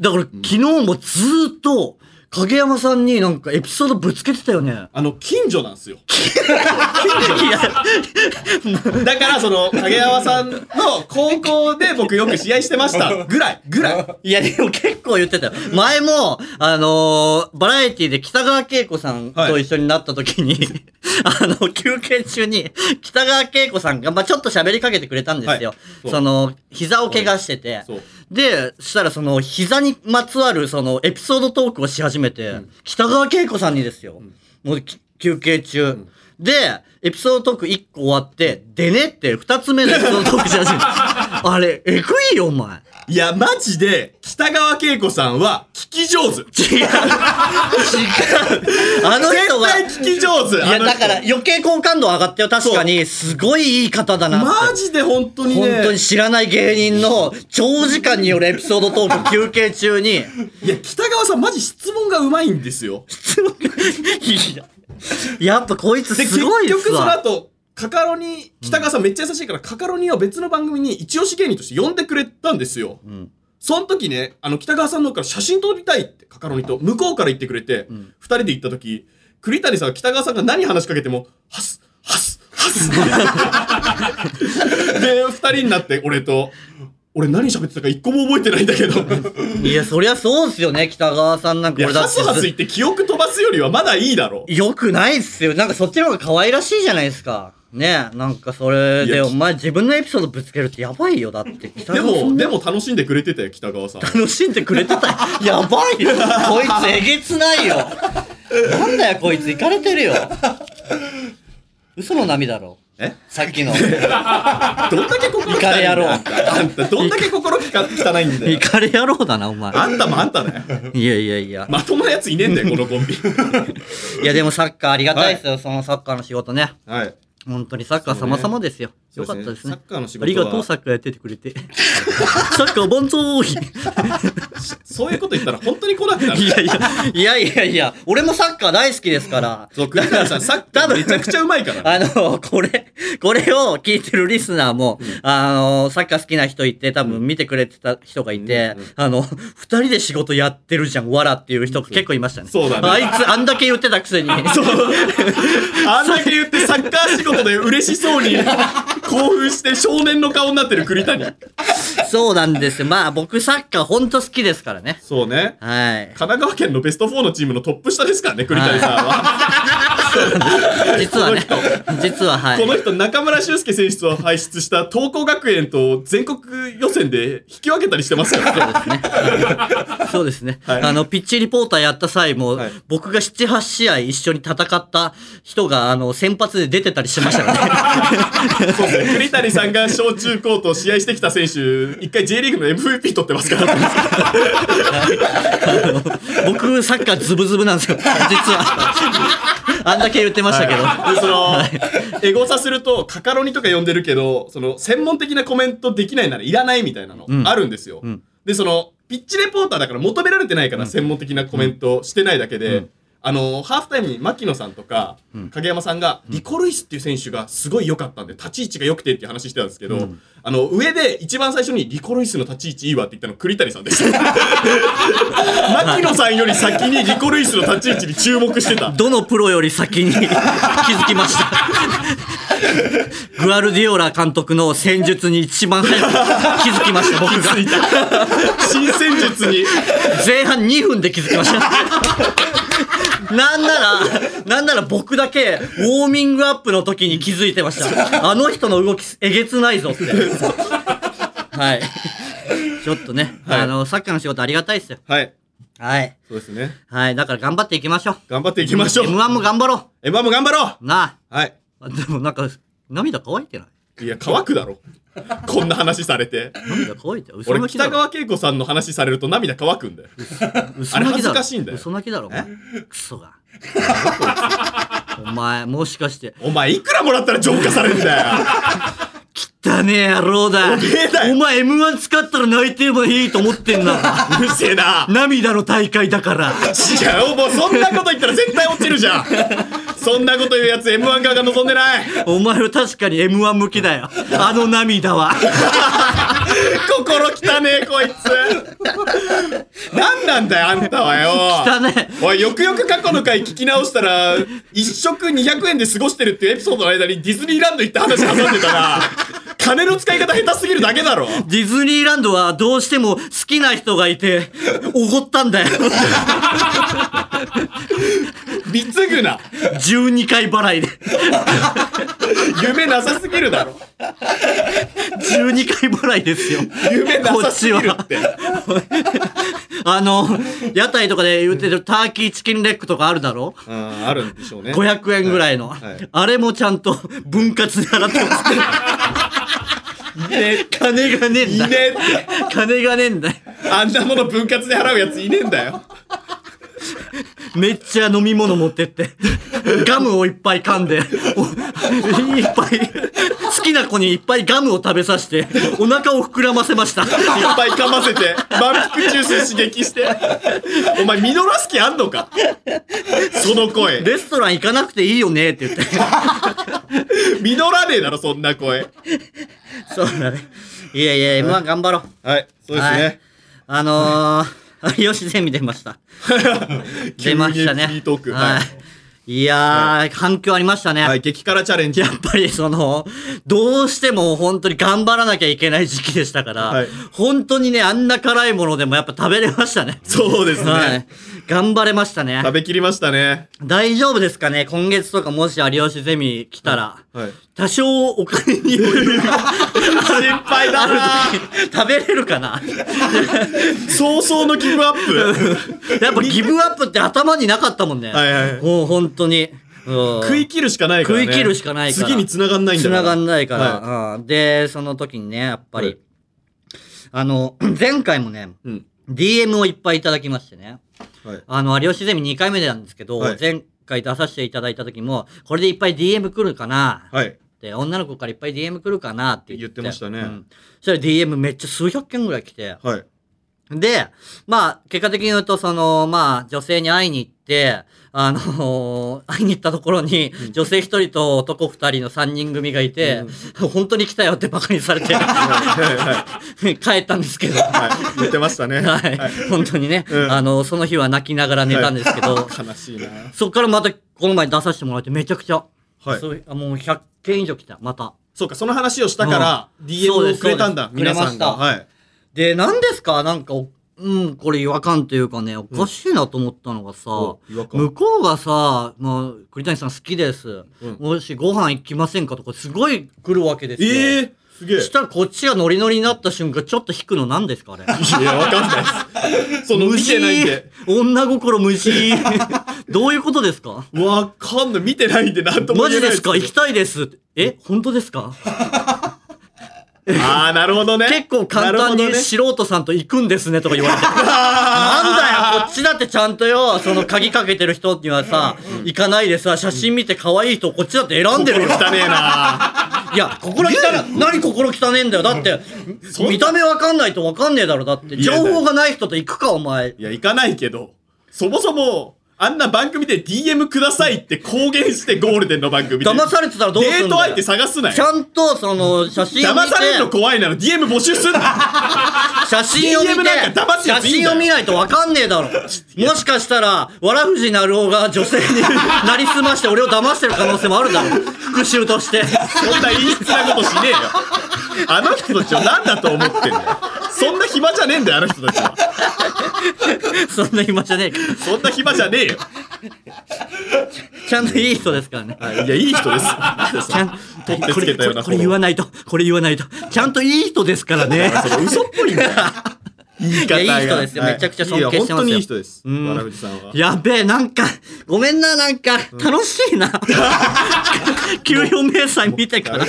[SPEAKER 2] だから、昨日もずーっと、影山さんになんかエピソードぶつけてたよね。
[SPEAKER 4] あの、近所なんですよ。
[SPEAKER 2] いや
[SPEAKER 4] だからその影山さんの高校で僕よく試合してましたぐらいぐらい
[SPEAKER 2] いや、でも結構言ってたよ。前も、あのーバラエティで北川景子さんと一緒になった時に、 あの、休憩中に、北川景子さんが、まあ、ちょっと喋りかけてくれたんですよ。
[SPEAKER 4] はいそ
[SPEAKER 2] そうの、膝を怪我してて
[SPEAKER 4] そう。
[SPEAKER 2] で、そしたらその、膝にまつわる、その、エピソードトークをし始めて、北川景子さんにですよ。もう、き休憩中。で、エピソードトーク1個終わって、でねって2つ目のエピソードトークし始めて。あれ、えぐいよ、お前。
[SPEAKER 4] いいや、マジで、北川景子さんは聞き上手。
[SPEAKER 2] 違う。違う。 あの人
[SPEAKER 4] 絶
[SPEAKER 2] は、
[SPEAKER 4] 対
[SPEAKER 2] い
[SPEAKER 4] 聞き上手。あ
[SPEAKER 2] や、
[SPEAKER 4] の人
[SPEAKER 2] だから、余計好感度上がったよ。確かに、すごいいい方だなって。
[SPEAKER 4] マジで本当に
[SPEAKER 2] 本
[SPEAKER 4] ね。
[SPEAKER 2] 当に知らない芸人の長時間によるエピソードトーク休憩中 に、
[SPEAKER 4] いや、北川さんマジ質問がうまいんですよ。
[SPEAKER 2] やっぱこいつ
[SPEAKER 4] で、結
[SPEAKER 2] すごいっ
[SPEAKER 4] 局
[SPEAKER 2] す
[SPEAKER 4] その
[SPEAKER 2] わ。
[SPEAKER 4] 後、カカロニ、北川さんめっちゃ優しいから、カカロニを別の番組に一押し芸人として呼んでくれたんですよ。
[SPEAKER 2] ん
[SPEAKER 4] その時ね、あの、北川さんの方から写真撮りたいって、カカロニと、向こうから言ってくれて、二、人で行った時、栗谷さんは北川さんが何話しかけても、ハス、ハス、ハス。 で、二人になって、俺と、俺何喋ってたか一個も覚えてないんだけ ど。
[SPEAKER 2] いや、そりゃそうっすよね、北川さんなん
[SPEAKER 4] い
[SPEAKER 2] か
[SPEAKER 4] や、
[SPEAKER 2] 俺だ
[SPEAKER 4] ハ
[SPEAKER 2] って
[SPEAKER 4] スハス言って記憶飛ばすよりはまだいいだろう。
[SPEAKER 2] よくないっすよ。なんかそっちの方が可愛らしいじゃないですか。ねえ、なんかそれ
[SPEAKER 4] い
[SPEAKER 2] で、
[SPEAKER 4] や
[SPEAKER 2] お前自分のエピソードぶつけるってやばいよ、だって。北
[SPEAKER 4] で
[SPEAKER 2] 川さ
[SPEAKER 4] も、
[SPEAKER 2] ん
[SPEAKER 4] でも楽しんでくれてたよ、北川さん。
[SPEAKER 2] 楽しんでくれ てたよ。やばいよ。こいつえげつないよ。なんだよ、こいつ。いかれてるよ。嘘の波だろ。
[SPEAKER 4] え
[SPEAKER 2] さっき の。
[SPEAKER 4] どんだけ心汚いんだよ
[SPEAKER 2] イカれ野郎
[SPEAKER 4] あんたあんた、どんだけ心汚いんだ
[SPEAKER 2] い
[SPEAKER 4] よ。
[SPEAKER 2] かれ野郎だな、お前。
[SPEAKER 4] あんたもあんたね。
[SPEAKER 2] いやいやいや。
[SPEAKER 4] まともなやついねえんだよ、このコンビ。
[SPEAKER 2] いや、でもサッカーありがたいですよ、そのサッカーの仕事ね。
[SPEAKER 4] はい。
[SPEAKER 2] 本当にサッカー様々ですよ。
[SPEAKER 4] そう
[SPEAKER 2] よ
[SPEAKER 4] ね
[SPEAKER 2] かったですね。
[SPEAKER 4] そうですねサッカーの仕事
[SPEAKER 2] あ
[SPEAKER 4] は
[SPEAKER 2] りがとう、サッカーやっててく れて。サッカー万歳
[SPEAKER 4] そういうこと言ったら本当に来なくなる。
[SPEAKER 2] いやいや、いやいやいや、俺もサッカー大好きですから。
[SPEAKER 4] そう、栗原さん、サッカーめちゃくちゃうまいから。
[SPEAKER 2] あの、これ、これを聞いてるリスナーも、あの、サッカー好きな人いて、多分見てくれてた人がいて、あの、二人で仕事やってるじゃん、わらっていう人が結構いましたね。
[SPEAKER 4] そうだね
[SPEAKER 2] あいつ、あんだけ言ってたくせ に。
[SPEAKER 4] あんだけ言ってサッカー仕事で嬉しそうに、興奮して少年の顔になってる栗谷。
[SPEAKER 2] そうなんですよ。まあ、僕、サッカーほんと好きですからね。
[SPEAKER 4] そうね。
[SPEAKER 2] はい。
[SPEAKER 4] 神奈川県のベスト4のチームのトップ下ですからね、栗谷さんは。
[SPEAKER 2] 実はね、実はは
[SPEAKER 4] この
[SPEAKER 2] い。
[SPEAKER 4] 人、中村俊輔選手を輩出した東光学園と全国予選で引き分けたりしてますからね。
[SPEAKER 2] そうですね。
[SPEAKER 4] はい
[SPEAKER 2] あの、ピッチリポーターやった際も、
[SPEAKER 4] はい
[SPEAKER 2] 僕が7、8試合一緒に戦った人が、あの、先発で出てたりしましたからね。
[SPEAKER 4] そうですね。栗谷さんが小中高と試合してきた選手、一回 J リーグの MVP 取ってますから。
[SPEAKER 2] 僕、サッカーズブズブなんですよ。実 は。あんだけ言ってましたけど。
[SPEAKER 4] で、その、エゴサすると、カカロニとか呼んでるけど、その、専門的なコメントできないならいらないみたいなの、あるんですよ。で、その、ピッチレポーターだから求められてないから、専門的なコメントしてないだけで、あの、ハーフタイムに牧野さんとか、影山さんが、リコ・ルイスっていう選手がすごい良かったんで、立ち位置が良くてっていう話してたんですけど、あの、上で一番最初にリコ・ルイスの立ち位置いいわって言ったの栗谷さんで した。牧野さんより先にリコ・ルイスの立ち位置に注目して た。
[SPEAKER 2] どのプロより先に 気づきました。グアルディオラ監督の戦術に一番早く気づきました、僕が。
[SPEAKER 4] 新戦術に。
[SPEAKER 2] 前半2分で気づきました。なんなら、なんなら僕だけ、ウォーミングアップの時に気づいてました。あの人の動き、えげつないぞって。はい。ちょっとね、
[SPEAKER 4] はい
[SPEAKER 2] あの、サッカーの仕事ありがたいですよ。
[SPEAKER 4] はい。
[SPEAKER 2] はい。
[SPEAKER 4] そうですね。
[SPEAKER 2] はい。だから頑張っていきましょう。
[SPEAKER 4] 頑張っていきましょう。
[SPEAKER 2] M1 も頑張ろ
[SPEAKER 4] M1 も頑張ろ
[SPEAKER 2] う。な
[SPEAKER 4] うはい。
[SPEAKER 2] あ。でもなんか、涙乾いてない
[SPEAKER 4] いや、乾くだろ。こんな話されて。
[SPEAKER 2] 涙乾いてない嘘
[SPEAKER 4] 俺、
[SPEAKER 2] 泣きだ
[SPEAKER 4] 北
[SPEAKER 2] ろ。
[SPEAKER 4] 川景子さんの話されると涙乾くんだよ。
[SPEAKER 2] 嘘
[SPEAKER 4] あれ
[SPEAKER 2] 泣きだ
[SPEAKER 4] 恥ず
[SPEAKER 2] ろ。
[SPEAKER 4] かしいんだよ。
[SPEAKER 2] 嘘泣きだろ。クソが。お前、もしかして、
[SPEAKER 4] お前、いくらもらったら浄化されるんだよ。
[SPEAKER 2] だね野郎だ。
[SPEAKER 4] えだよ
[SPEAKER 2] お前 M1 使ったら泣いてればいいと思ってんな。
[SPEAKER 4] うるせえな。
[SPEAKER 2] 涙の大会だから。
[SPEAKER 4] 違う、もうそんなこと言ったら絶対落ちるじゃん。そんなこと言うやつ M1 側が望んでない。
[SPEAKER 2] お前は確かに M1 向きだよ。あの涙は。
[SPEAKER 4] 心汚ねえ、こいつ。何なんだよ、あんたはよ。
[SPEAKER 2] だね。
[SPEAKER 4] おい、よくよく過去の回聞き直したら、一食200円で過ごしてるっていうエピソードの間にディズニーランド行った話挟んでたら、金の使い方下手すぎるだけだろ。
[SPEAKER 2] ディズニーランドはどうしても好きな人がいて、おごったんだよ。
[SPEAKER 4] 貢ぐな。
[SPEAKER 2] 12回払いで。
[SPEAKER 4] 夢なさすぎるだろ。
[SPEAKER 2] 12回払いですよ。
[SPEAKER 4] 夢なさすぎるって。
[SPEAKER 2] あの、屋台とかで売ってるターキーチキンレッグとかあるだろ
[SPEAKER 4] うん、あるんでしょうね。
[SPEAKER 2] ?500 円ぐらいの。
[SPEAKER 4] はい
[SPEAKER 2] あれもちゃんと分割で払ってます。
[SPEAKER 4] ね
[SPEAKER 2] 金がねえん
[SPEAKER 4] いね
[SPEAKER 2] だ。
[SPEAKER 4] えって。
[SPEAKER 2] 金がねえんだよ。
[SPEAKER 4] あんなもの分割で払うやついねえんだよ。
[SPEAKER 2] めっちゃ飲み物持ってって。ガムをいっぱい噛んで、おいっぱい、好きな子にいっぱいガムを食べさせて、お腹を膨らませました。
[SPEAKER 4] いっぱい噛ませて、満腹中枢刺激して。お前、実らす気あんのかその声。
[SPEAKER 2] レストラン行かなくていいよねって言って。
[SPEAKER 4] 実らねえだろ、そんな声。
[SPEAKER 2] そうだね。いやいや、M1 頑張ろう。
[SPEAKER 4] はい、そうです
[SPEAKER 2] はい
[SPEAKER 4] ね。
[SPEAKER 2] あのー、 有吉ゼミ出ま した。出ましたね。
[SPEAKER 4] 急にフリートーク
[SPEAKER 2] は。
[SPEAKER 4] はい
[SPEAKER 2] いやー、反響ありましたね。
[SPEAKER 4] はい、激辛チャレンジ
[SPEAKER 2] や。っぱりその、どうしても本当に頑張らなきゃいけない時期でしたから、
[SPEAKER 4] はい
[SPEAKER 2] 本当にね、あんな辛いものでもやっぱ食べれましたね。
[SPEAKER 4] そうです
[SPEAKER 2] は
[SPEAKER 4] ね
[SPEAKER 2] い。。頑張れましたね
[SPEAKER 4] 食。べきりましたね。
[SPEAKER 2] 大丈夫ですかね今月とかもし有吉ゼミ来たら、
[SPEAKER 4] はい。
[SPEAKER 2] 多少お金に余 裕が
[SPEAKER 4] 心配だ
[SPEAKER 2] あ
[SPEAKER 4] な
[SPEAKER 2] る時 食べれるかな
[SPEAKER 4] 早々のギブアップ。
[SPEAKER 2] やっぱギブアップって頭になかったもんね。
[SPEAKER 4] はいはい
[SPEAKER 2] もう本当に。食
[SPEAKER 4] 食い切るしかないからね。
[SPEAKER 2] 食い切るしかないから
[SPEAKER 4] 次に繋がんないんだ
[SPEAKER 2] 繋がんないから、
[SPEAKER 4] は
[SPEAKER 2] うんで、その時にね、やっぱり、
[SPEAKER 4] はい
[SPEAKER 2] あの、 前回もね、
[SPEAKER 4] いうん。
[SPEAKER 2] DM をいっぱいいただきましてね。
[SPEAKER 4] はい
[SPEAKER 2] あの、有吉ゼミ2回目なんですけど、
[SPEAKER 4] はい
[SPEAKER 2] 前回出させていただいた時も、これでいっぱい DM 来るかな
[SPEAKER 4] はい。
[SPEAKER 2] って、女の子からいっぱい DM 来るかなって言って。
[SPEAKER 4] 言ってましたね
[SPEAKER 2] うんそしたら DM めっちゃ数百件ぐらい来て、
[SPEAKER 4] はい。
[SPEAKER 2] で、まあ、結果的に言うと、その、まあ、女性に会いに行って、あの 会いに行ったところに、女性一人と男二人の三人組がいて、本当に来たよってバカにされて、
[SPEAKER 4] はいは い。
[SPEAKER 2] 帰ったんですけど、は
[SPEAKER 4] はい。 言ってましたね。
[SPEAKER 2] い、本当にね、
[SPEAKER 4] うん
[SPEAKER 2] あの、その日は泣きながら寝たんですけど、
[SPEAKER 4] 悲しいな
[SPEAKER 2] そっからまたこの前出させてもらって、めちゃくちゃ、
[SPEAKER 4] はい
[SPEAKER 2] そうあもう100件以上来た、また。
[SPEAKER 4] そうか、その話をしたから、
[SPEAKER 2] そうで
[SPEAKER 4] DM を
[SPEAKER 2] す
[SPEAKER 4] くれたん
[SPEAKER 2] そ
[SPEAKER 4] だ、
[SPEAKER 2] うです
[SPEAKER 4] 皆さんが。
[SPEAKER 2] くれま
[SPEAKER 4] はい。
[SPEAKER 2] で、何ですかなんかお、うん、これ違和感というかね、おかしいなと思ったのがさ、
[SPEAKER 4] お違和感
[SPEAKER 2] 向こうがさ、まあ、栗谷さん好きです。
[SPEAKER 4] うん
[SPEAKER 2] もしご飯行きませんかとか、すごい来るわけですよ。
[SPEAKER 4] ええすげえ。
[SPEAKER 2] したらこっちがノリノリになった瞬間、ちょっと引くの何です かあれ。
[SPEAKER 4] いや、わかんないです。その、見てないんで。
[SPEAKER 2] 女心無視。 どういうことです か
[SPEAKER 4] わかんない。見てないんで、なんとも
[SPEAKER 2] マ
[SPEAKER 4] 言え
[SPEAKER 2] ジ
[SPEAKER 4] ない
[SPEAKER 2] ですか行きたいです。え本当ですか
[SPEAKER 4] ああ、なるほどね。
[SPEAKER 2] 結構簡単
[SPEAKER 4] な
[SPEAKER 2] に
[SPEAKER 4] るほどね
[SPEAKER 2] 素人さんと行くんですねとか言われて。なんだよ、こっちだってちゃんとよ、その鍵かけてる人にはさ、行かないでさ、写真見て可愛い人こっちだって選んでるよ。
[SPEAKER 4] 汚ねえな。
[SPEAKER 2] いや、心汚い。何心汚ねえんだよ。だって、見た目わかんないとわかんねえだろ。だって、
[SPEAKER 4] いや
[SPEAKER 2] 情報がない人と行くか、お前。
[SPEAKER 4] いや、行かないけど、そもそも、あんな番組で DM くださいって公言してゴールデンの番組で。
[SPEAKER 2] 騙されてたらどうす
[SPEAKER 4] デ
[SPEAKER 2] るん
[SPEAKER 4] ー
[SPEAKER 2] だよ
[SPEAKER 4] ト相手探すな
[SPEAKER 2] ちゃ
[SPEAKER 4] よ。
[SPEAKER 2] んと、その、写真を見
[SPEAKER 4] 騙されるの
[SPEAKER 2] て、
[SPEAKER 4] 怖いなら DM 募集すんな。
[SPEAKER 2] 写真を見
[SPEAKER 4] DM なん
[SPEAKER 2] て
[SPEAKER 4] か騙、すや
[SPEAKER 2] 写
[SPEAKER 4] ついい
[SPEAKER 2] 真
[SPEAKER 4] んだよ
[SPEAKER 2] を見ないとわかんねえだろ。もしかしたら、わらふじなるおが女性になりすまして俺を騙してる可能性もあるだろ。復讐と して。
[SPEAKER 4] そんな陰湿なことしねえよ。あの人たちは何だと思ってんだよ。そんな暇じゃねえんだよ、あの人たちは。
[SPEAKER 2] そんな暇じゃねえか。
[SPEAKER 4] そんな暇じゃねえよ。
[SPEAKER 2] ちゃんといい人ですからね。
[SPEAKER 4] いや、いい人です。
[SPEAKER 2] ちゃん
[SPEAKER 4] 取ってつけたよう
[SPEAKER 2] これこ
[SPEAKER 4] な
[SPEAKER 2] れこれ言わないと、これ言わないと。ちゃんといい人ですからね。
[SPEAKER 4] 嘘っぽいんだよ。言い方が
[SPEAKER 2] いやいい人ですよめちゃくちゃ尊敬してますよ
[SPEAKER 4] いや本当にいい人です。
[SPEAKER 2] ん
[SPEAKER 4] わらふじさんは。
[SPEAKER 2] やべえ、なんか、ごめんな、なんか、楽しいな。給与明細見てから。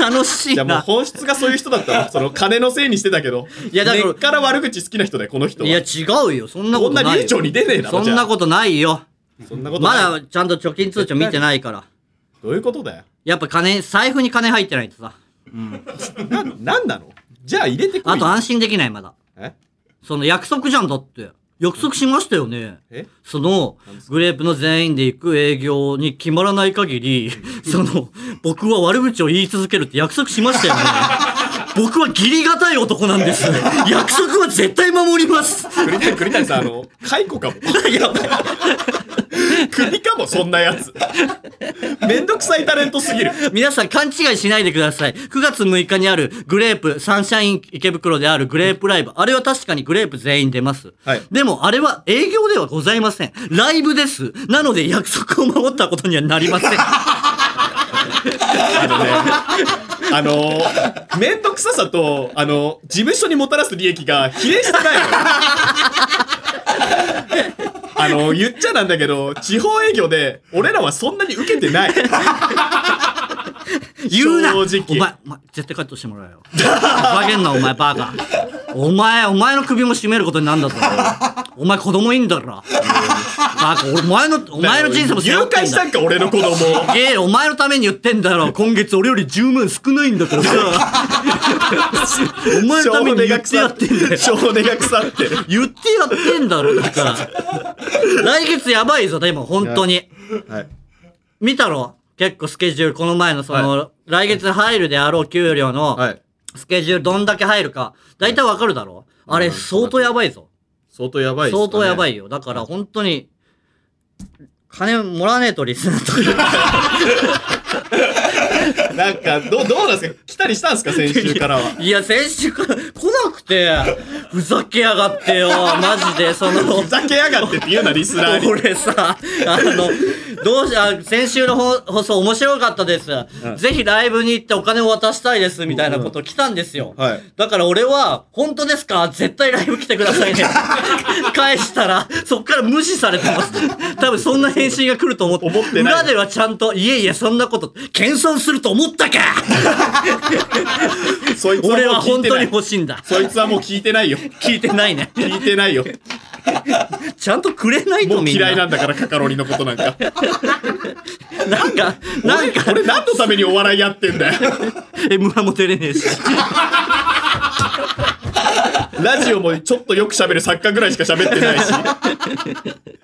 [SPEAKER 2] 楽しい
[SPEAKER 4] いやもう
[SPEAKER 2] な。
[SPEAKER 4] 本質がそういう人だった わ。その金のせいにしてたけど。
[SPEAKER 2] いやだから
[SPEAKER 4] 根っから悪口好きな人だよ、この人
[SPEAKER 2] いや、
[SPEAKER 4] は。
[SPEAKER 2] 違うよ。そんなこ
[SPEAKER 4] ことん
[SPEAKER 2] な
[SPEAKER 4] ない
[SPEAKER 2] よ。
[SPEAKER 4] 流暢に出ねえだろ、
[SPEAKER 2] そんな
[SPEAKER 4] と。
[SPEAKER 2] ことないよ。
[SPEAKER 4] そんなこと
[SPEAKER 2] ま
[SPEAKER 4] ない。
[SPEAKER 2] だ、ちゃんと貯金通帳見てないから。
[SPEAKER 4] どういうことだよ。
[SPEAKER 2] やっぱ金、財布に金入ってないとさ。
[SPEAKER 4] な、なんなのじゃあ入れてこい
[SPEAKER 2] あと
[SPEAKER 4] よ。
[SPEAKER 2] 安心できない、まだ。
[SPEAKER 4] え
[SPEAKER 2] その約束じゃんだって。約束しましたよね。
[SPEAKER 4] え
[SPEAKER 2] その、グレープの全員で行く営業に決まらない限り、その、僕は悪口を言い続けるって約束しましたよね。僕は義理がたい男なんです。約束は絶対守ります。
[SPEAKER 4] 栗谷栗谷さん、あの、解雇かも。
[SPEAKER 2] やばい
[SPEAKER 4] 首かも、そんなやつ。めんどくさいタレントすぎる。
[SPEAKER 2] 皆さん勘違いしないでください。9月6日にあるグレープ、サンシャイン池袋であるグレープライブ。あれは確かにグレープ全員出ます。
[SPEAKER 4] はい
[SPEAKER 2] でもあれは営業ではございません。ライブです。なので約束を守ったことにはなりま せん。
[SPEAKER 4] あのね、あの、めんどくささと、あの、事務所にもたらす利益が比例してないのよ。あの、言っちゃなんだけど、地方営業で、俺らはそんなに受けてない。
[SPEAKER 2] 言うな
[SPEAKER 4] 正直
[SPEAKER 2] お前、お前絶対カットしてもらえよ。ふざけんな、お前、バカ。お前、お前の首も絞めることになるんだぞ。お前、子供いいんだから。バカ、お前の、お前の人生も背負
[SPEAKER 4] 誘
[SPEAKER 2] って
[SPEAKER 4] 拐
[SPEAKER 2] ん
[SPEAKER 4] し
[SPEAKER 2] だ
[SPEAKER 4] たんか、俺の子供。
[SPEAKER 2] ええ、お前のために言ってんだろ。今月俺より10万少ないんだ からさ。お前のために言ってやってんだよ。
[SPEAKER 4] 少年が腐ってる。
[SPEAKER 2] 言ってやってんだろ、だから。来月やばいぞ、でも、本当に。
[SPEAKER 3] はい。
[SPEAKER 2] 見たろ結構スケジュール、この前のその、来月入るであろう給料の
[SPEAKER 3] はい。
[SPEAKER 2] スケジュールどんだけ入るか、大体わかるだろあれ、相当やばいぞ。
[SPEAKER 3] 相当やばいですか
[SPEAKER 2] 相
[SPEAKER 3] ね。
[SPEAKER 2] 当やば
[SPEAKER 3] い。
[SPEAKER 2] いよ。だから本当に、金もらわねえとリスナーと。
[SPEAKER 4] なんか、どう、どうなんですか来たりしたんですか先週からは。
[SPEAKER 2] いや、先週から来なくて、ふざけやがってよ。マジで、その
[SPEAKER 4] ふ、ざけやがってって言うな、リスナーに。
[SPEAKER 2] 俺さ、あの、どうし、あ、先週の放放送面白かったです、ぜひライブに行ってお金を渡したいです、みたいなこと来たんですよ。
[SPEAKER 3] はい
[SPEAKER 2] だから俺は、本当ですか絶対ライブ来てくだ さいね。返したら、そっから無視されてます。多分そんな返信が来ると思って。
[SPEAKER 4] 思ってない
[SPEAKER 2] 裏ではちゃんと、いえいえ、そんなこと、謙遜すると思ったか
[SPEAKER 4] そいつ
[SPEAKER 2] 俺は
[SPEAKER 4] はもう聞
[SPEAKER 2] 本
[SPEAKER 4] いて
[SPEAKER 2] 当
[SPEAKER 4] な
[SPEAKER 2] に
[SPEAKER 4] い。
[SPEAKER 2] 欲しいんだ。
[SPEAKER 4] そいつはもう聞いてないよ。
[SPEAKER 2] 聞いてないね。
[SPEAKER 4] 聞いてないよ。
[SPEAKER 2] ちゃんとくれない
[SPEAKER 4] も
[SPEAKER 2] と
[SPEAKER 4] う
[SPEAKER 2] みんな。
[SPEAKER 4] 嫌いなんだから、カカロニのことなんか。
[SPEAKER 2] なんか、なんか、
[SPEAKER 4] 俺何のためにお笑いやってんだよ。
[SPEAKER 2] M はも出れねえし。
[SPEAKER 4] ラジオもちょっとよく喋る作家ぐらいしか喋ってない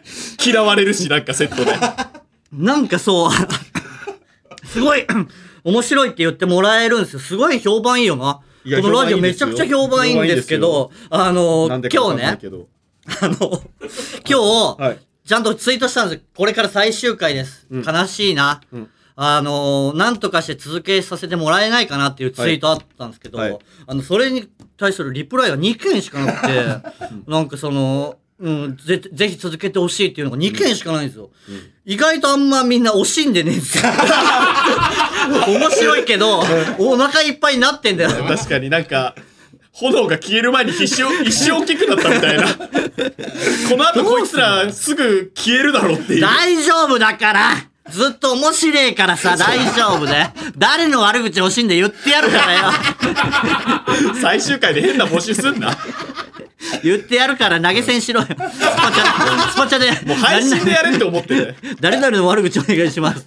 [SPEAKER 4] し。嫌われるし、なんかセットで。
[SPEAKER 2] なんかそう、すごい、面白いって言ってもらえるんですよ。すごい評判いいよな。
[SPEAKER 3] いや
[SPEAKER 2] このラジオ
[SPEAKER 3] 評判い
[SPEAKER 2] め
[SPEAKER 3] いです
[SPEAKER 2] ちゃ
[SPEAKER 3] よ
[SPEAKER 2] くちゃ評判いいんですけど、あの、
[SPEAKER 3] な
[SPEAKER 2] 今
[SPEAKER 3] んでかわか
[SPEAKER 2] 日
[SPEAKER 3] んない
[SPEAKER 2] ね、
[SPEAKER 3] けど。
[SPEAKER 2] あの、今日、
[SPEAKER 3] はい
[SPEAKER 2] ちゃんとツイートしたんですよこれから最終回です。悲しいな。あの、なんとかして続けさせてもらえないかなっていうツイートあったんですけど、
[SPEAKER 3] はい
[SPEAKER 2] あの、それに対するリプライが2件しかなく て、なんかその、うん、ぜ、ぜひ続けてほしいっていうのが2件しかないんですよ。意外とあんまみんな惜しんでねえんです よ。面白いけど、お腹いっぱいになってんだよ。
[SPEAKER 4] 確かになんか、炎が消える前に必死を、一生大きくなったみたいな。この後こいつらすぐ消えるだろうっていう。
[SPEAKER 2] 大丈夫だからずっと面白いからさ、大丈夫だよ。誰の悪口惜しんで言ってやる からよ。
[SPEAKER 4] 最終回で変な募集すんな。
[SPEAKER 2] 言ってやるから投げ銭しろよ。スパチャ、スパチャで。もう
[SPEAKER 4] 配信でやれって思ってね。
[SPEAKER 2] 誰々の悪口お願いします。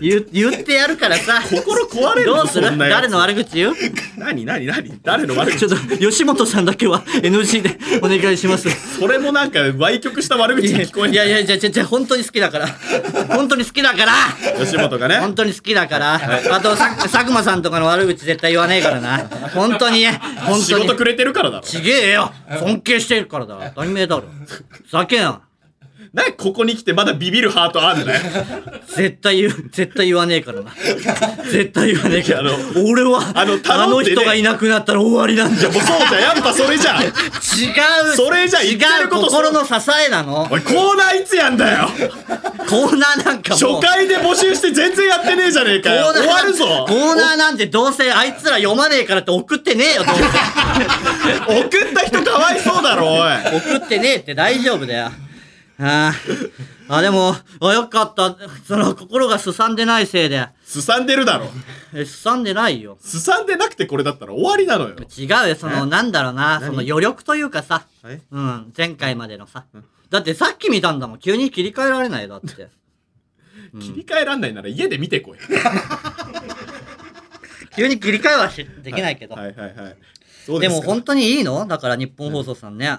[SPEAKER 2] 言言ってやるからさ。
[SPEAKER 4] 心壊れるぞ
[SPEAKER 2] どうす
[SPEAKER 4] そ
[SPEAKER 2] る
[SPEAKER 4] んなやつ
[SPEAKER 2] 誰の悪口言う
[SPEAKER 4] 何何何誰の悪
[SPEAKER 2] ち
[SPEAKER 4] 口
[SPEAKER 2] ょっと、吉本さんだけは NG でお願いします。
[SPEAKER 4] それもなんか、歪曲した悪口に 聞こえ
[SPEAKER 2] い
[SPEAKER 4] な
[SPEAKER 2] や
[SPEAKER 4] い。
[SPEAKER 2] いやいや、じゃじゃ本当に好きだから。本当に好きだから
[SPEAKER 3] 吉本がね。
[SPEAKER 2] 本当に好きだから。あと、さ佐久間さんとかの悪口絶対言わねえからな。本当に、本
[SPEAKER 4] 仕
[SPEAKER 2] 当に
[SPEAKER 4] 事。くれてるからだろ。
[SPEAKER 2] ちげえよ尊敬してるからだ題名だろ。ふざけんな。
[SPEAKER 4] なんでここに来てまだビビるハートあんだよ。
[SPEAKER 2] 絶対言う、絶対言わねえから な。絶対言わねえから。
[SPEAKER 4] いやあ
[SPEAKER 2] 俺は、あ
[SPEAKER 4] あ
[SPEAKER 2] の
[SPEAKER 4] の頼んでね
[SPEAKER 2] 人がいなくなったら終わりなんだ
[SPEAKER 4] じゃあもう そうじゃんやっぱそれじゃん。
[SPEAKER 2] 違う
[SPEAKER 4] それじゃ言って
[SPEAKER 2] 違う
[SPEAKER 4] ること
[SPEAKER 2] 心の支えなの
[SPEAKER 4] おい、コーナーいつやんだよ。
[SPEAKER 2] コーナーなんかもう
[SPEAKER 4] 初回で募集して全然やってねえじゃねえかよ。終わるぞ。
[SPEAKER 2] コーナーなんてどうせあいつら読まねえからって送ってねえよ、どう
[SPEAKER 4] 送った人かわいそうだろ、おい。
[SPEAKER 2] せ。送ってねえって大丈夫だよ。ああ。あ、でも、あ、よかった。その、心がすさんでないせいで。
[SPEAKER 4] すさんでるだろ。
[SPEAKER 2] え、すさんでないよ。
[SPEAKER 4] すさんでなくてこれだったら終わりなのよ。
[SPEAKER 2] 違うよ、その、なんだろうな、その余力というかさ、
[SPEAKER 3] はい
[SPEAKER 2] うん、前回までのさ。だってさっき見たんだもん、急に切り替えられないよ、だっ て。
[SPEAKER 4] 切り替えらんないなら家で見てこい。
[SPEAKER 2] 急に切り替えはしできないけど。
[SPEAKER 3] はいはいはい。そう
[SPEAKER 2] で
[SPEAKER 3] です
[SPEAKER 2] も
[SPEAKER 3] か
[SPEAKER 2] 本当にいいのだから日本放送さんね。
[SPEAKER 3] うん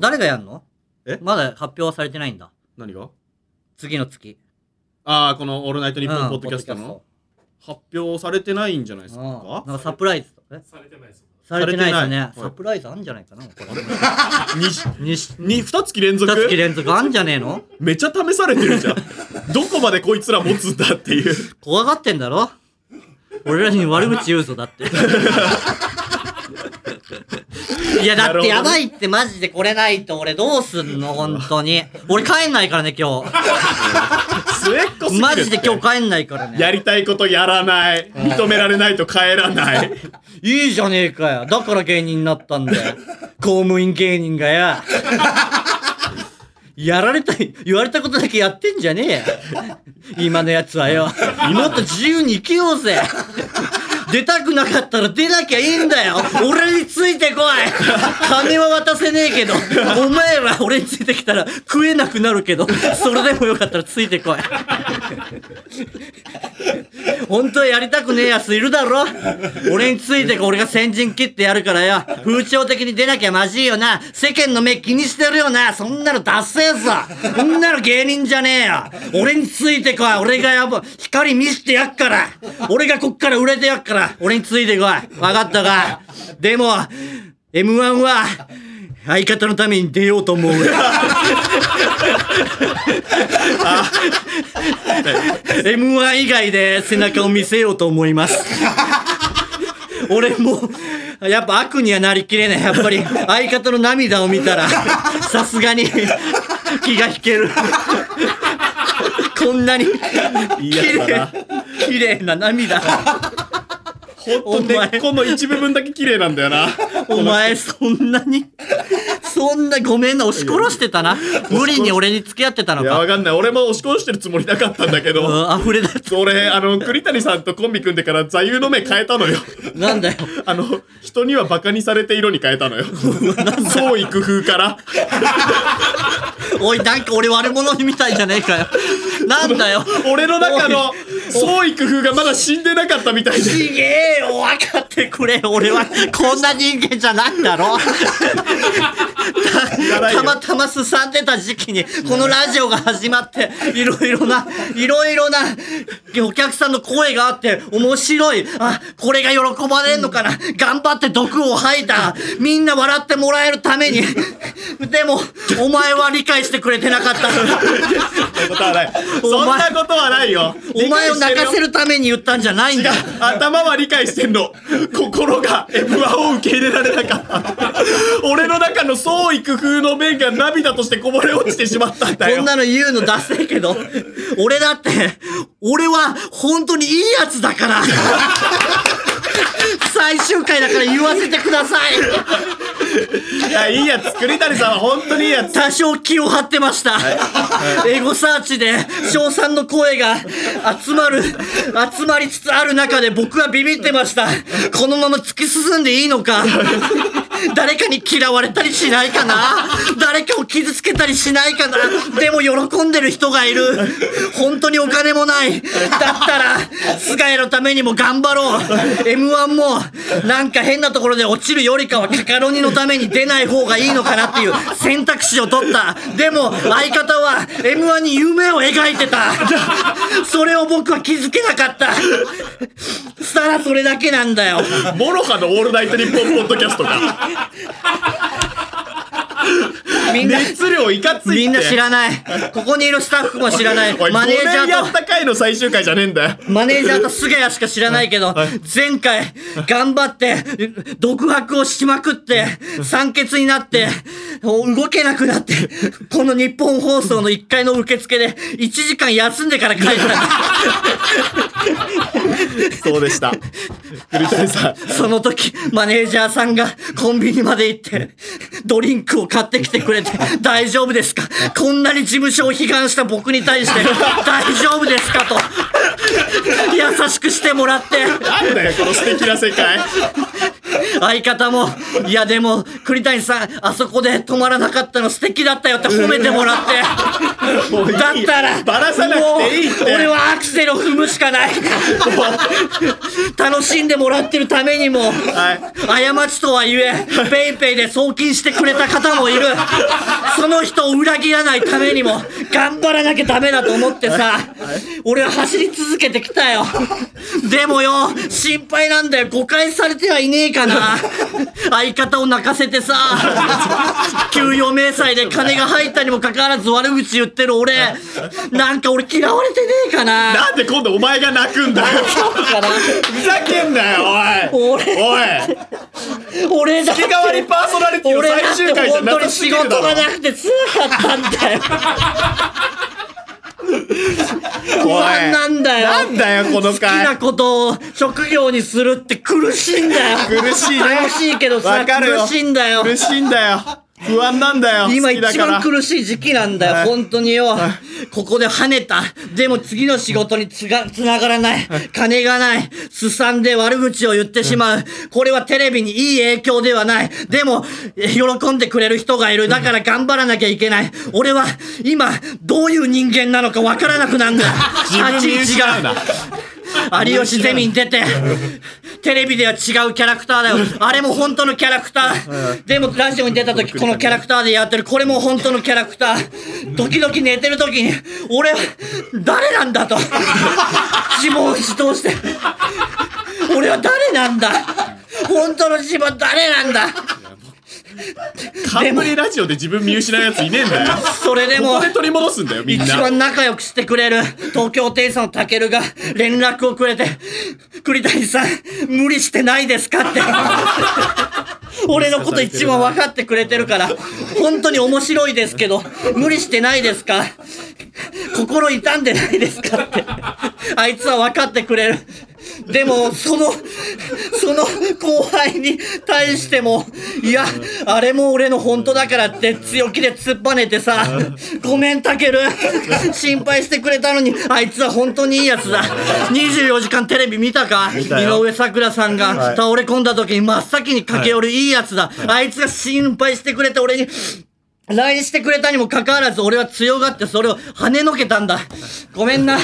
[SPEAKER 2] 誰がやんの
[SPEAKER 3] え
[SPEAKER 2] まだ発表はされてないんだ。
[SPEAKER 3] 何が
[SPEAKER 2] 次の月。
[SPEAKER 4] ああ、このオールナイトニッポンポッドキャスト
[SPEAKER 2] うん
[SPEAKER 4] の発表されてないんじゃないです
[SPEAKER 2] ポッドキャスト
[SPEAKER 4] か
[SPEAKER 2] うんなんかサプライズ。え
[SPEAKER 5] されてないですもん
[SPEAKER 2] されてないですね。
[SPEAKER 3] はい
[SPEAKER 2] サプライズあんじゃないかなこれ。
[SPEAKER 4] に
[SPEAKER 2] にし、
[SPEAKER 4] に二月連続
[SPEAKER 2] 二月連続あんじゃねえの
[SPEAKER 4] めちゃ試されて るじゃん。どこまでこいつら持つんだっていう。
[SPEAKER 2] 怖がってんだろ俺らに悪口言うぞだ って。いやだってやばいってマジでこれないと俺どうすんの本当に。俺帰んないからね今
[SPEAKER 4] 末っ子すぎ
[SPEAKER 2] 日。
[SPEAKER 4] る
[SPEAKER 2] マジで今日帰んないからね。
[SPEAKER 4] やりたいことやらない。認められないと帰らない。
[SPEAKER 2] いいじゃねえかよ。だから芸人になったんだよ。公務員芸人がや。やられたい、言われたことだけやってんじゃねえよ。今のやつはよ。もっと自由に生きようぜ。出たくなかったら出なきゃいいんだよ。俺についてこい。金は渡せねえけど、お前ら俺についてきたら食えなくなるけど、それでもよかったらついてこい。本当はやりたくねえやついるだろ俺についてこ俺が先陣切ってやるからよ風潮的に出なきゃまじいよな世間の目気にしてるよなそんなのダセえぞそんなの芸人じゃねえよ俺についてこい俺がやば光見してやっから俺がこっから売れてやっから俺についてこい分かったかでも m 1は相方のために出ようと思うよ M1 以外で背中を見せようと思い ます。俺も、やっぱ悪にはなりきれない。やっぱり相方の涙を見たら、さすがに気が引ける。こんなに綺麗、綺麗な涙。
[SPEAKER 3] ほんと根っこの一部分だけ綺麗なんだよな。
[SPEAKER 2] お前そんなに、そんなごめんな、押し殺してたな。無理に俺に付き合ってたの
[SPEAKER 3] いや、
[SPEAKER 2] か。
[SPEAKER 3] わかんない。俺も押し殺してるつもりなかったんだけ
[SPEAKER 2] う
[SPEAKER 3] ど。
[SPEAKER 2] ん、溢れ出て
[SPEAKER 3] 俺、あの、栗谷さんとコンビ組んでから座右の目変えたのよ。
[SPEAKER 2] なんだよ。
[SPEAKER 3] あの、人にはバカにされて色に変えたのよ。創意工夫から。
[SPEAKER 2] おい、なんか俺悪者みたいじゃねえ かよ。なんだよ。
[SPEAKER 3] 俺の中の創意工夫がまだ死んでなかったみたいで。
[SPEAKER 2] ちげえよ、分かってくれよ。俺はこんな人間じゃないんだろ。
[SPEAKER 3] やばい
[SPEAKER 2] た
[SPEAKER 3] よ
[SPEAKER 2] またますさんでた時期に、このラジオが始まって、いろいろな、いろいろな、お客さんの声があって、面白い。あ、これが喜ばれんのかな。頑張って毒を吐いた。みんな笑ってもらえるために。でも、お前は理解してくれてなか った。
[SPEAKER 3] そんなことはない。そ
[SPEAKER 2] お
[SPEAKER 3] ん
[SPEAKER 2] 前
[SPEAKER 3] なことはないよ。
[SPEAKER 2] お前を泣かせ
[SPEAKER 3] る。
[SPEAKER 2] るために言ったんじゃないんだ。
[SPEAKER 3] 頭は理解してんの。心が M1 を受け入れられなかった。俺の中の創意工夫の面が涙としてこぼれ落ちてしまったんだ
[SPEAKER 2] こ
[SPEAKER 3] よ
[SPEAKER 2] ん。なの言うのダセえ けど、俺だって、俺は本当にいいやつだ から。最終回だから言わせてください。
[SPEAKER 3] いや、いいやつ。栗谷さんは本当にいいやつ。
[SPEAKER 2] 多少気を張ってました。エゴサーチで称賛の声が集まる、集まりつつある中で僕はビビってました。このまま突き進んでいいのか誰かに嫌われたりしないかな誰かを傷つけたりしないかなでも喜んでる人がいる。 本当にお金もない。だったら、菅谷のためにも頑張ろう。M1 も、なんか変なところで落ちるよりかはカカロニのために出ない方がいいのかなっていう選択肢を取った。でも、相方は M1 に夢を描いてた。それを僕は気づけなかった。ただそれだけなんだよ。
[SPEAKER 3] モロハのオールナイトニッポンポッドキャストか。
[SPEAKER 2] みんな、
[SPEAKER 3] 熱量いかついって。
[SPEAKER 2] みんな知らない。ここにいるスタッフも知らない。
[SPEAKER 3] おい、
[SPEAKER 2] マネージャ
[SPEAKER 3] 5年や
[SPEAKER 2] ー
[SPEAKER 3] っ
[SPEAKER 2] と。
[SPEAKER 3] た回の最終回じゃねえんだよ。
[SPEAKER 2] マネージャーと菅谷しか知らないけど、前回、頑張って、独白をしまくって、酸欠になって、動けなくなって、この日本放送の1階の受付で、1時間休んでから帰った。
[SPEAKER 3] そうでした。栗谷さん。
[SPEAKER 2] その時、マネージャーさんがコンビニまで行って、ドリンクを買ってきてくれて、大丈夫ですかこんなに事務所を批判した僕に対して、大丈夫ですかと、優しくしてもらって、
[SPEAKER 3] なんだよ、この素敵な世界。
[SPEAKER 2] 相方も、いやでも、栗谷さん、あそこで止まらなかったの素敵だったよって褒めてもらって。だったら、
[SPEAKER 3] バラさなくていいって
[SPEAKER 2] もう俺はアクセルを踏むしか ない。楽しんでもらってるためにも、過ちとは言え、ペイペイで送金してくれた方もいる。その人を裏切らないためにも、頑張らなきゃダメだと思ってさ、俺は走り続けてきたよ。でもよ、心配なんだよ。誤解されてはいねえかな。相方を泣かせてさ、給与明細で金が入ったにもかかわらず悪口言ってる俺、なんか俺嫌われてねえかな。
[SPEAKER 3] なんで今度お前が泣くんだよ。
[SPEAKER 2] かな
[SPEAKER 3] ふざけんなよ、おい。
[SPEAKER 2] 俺
[SPEAKER 3] おい。
[SPEAKER 2] 俺だって
[SPEAKER 3] 月替わりパーソナリティの
[SPEAKER 2] 俺だ
[SPEAKER 3] 最
[SPEAKER 2] っ
[SPEAKER 3] 終回
[SPEAKER 2] て
[SPEAKER 3] じゃ
[SPEAKER 2] 本
[SPEAKER 3] な
[SPEAKER 2] 当
[SPEAKER 3] く
[SPEAKER 2] に
[SPEAKER 3] すぎ
[SPEAKER 2] 仕
[SPEAKER 3] る
[SPEAKER 2] 事
[SPEAKER 3] だろ
[SPEAKER 2] が。なくてつらかったんだよ不安なんだよ
[SPEAKER 3] なんだよ、この
[SPEAKER 2] 好き
[SPEAKER 3] 回
[SPEAKER 2] な。ことを職業にするって苦しいんだよ
[SPEAKER 3] 苦しいね
[SPEAKER 2] 楽しいけどさ
[SPEAKER 3] わかるよ
[SPEAKER 2] 苦しいんだよ
[SPEAKER 3] 苦しいんだよ。
[SPEAKER 4] 不安なんだよ。
[SPEAKER 2] 今
[SPEAKER 4] 好きだ
[SPEAKER 2] 一
[SPEAKER 4] から
[SPEAKER 2] 番苦しい時期なんだよ、本当によ。ここで跳ねた。でも次の仕事につが、つながらない。金がない。すさんで悪口を言ってしまう。これはテレビにいい影響ではない。でも、え喜んでくれる人がいる。だから頑張らなきゃいけない。俺は、今、どういう人間なのかわからなくなんだ。立ち位置が。有吉ゼミに出て、テレビでは違うキャラクターだよ。あれも本当のキャラクター。でもラジオに出た時このキャラクターでやってる。これも本当のキャラクター。時々寝てる時に、俺は誰なんだと。自問自答して。俺は誰なんだ本当の自分は誰なんだ
[SPEAKER 4] 冠ラジオで自分見失うやついねえんだよ。
[SPEAKER 2] それで
[SPEAKER 4] こ
[SPEAKER 2] も
[SPEAKER 4] こで。取り戻すんだよ、みん
[SPEAKER 2] 一
[SPEAKER 4] な。
[SPEAKER 2] 番仲良くしてくれる東京店さんのたけるが連絡をくれて栗谷さん無理してないですかって俺のこと一番分かってくれてるから本当に面白いですけど無理してないですか心痛んでないですか ってあいつは分かってくれるでもそのその後輩に対してもいやあれも俺の本当だからって強気で突っぱねてさごめんたける心配してくれたのにあいつは本当にいいやつだ24時間テレビ見たか
[SPEAKER 3] たよ
[SPEAKER 2] 井上咲楽さんが
[SPEAKER 3] はい
[SPEAKER 2] 倒れ込んだ時に真っ先に駆け寄るいいやつだあいつが心配してくれて俺に LINE してくれたにもかかわらず俺は強がってそれを跳ねのけたんだごめんな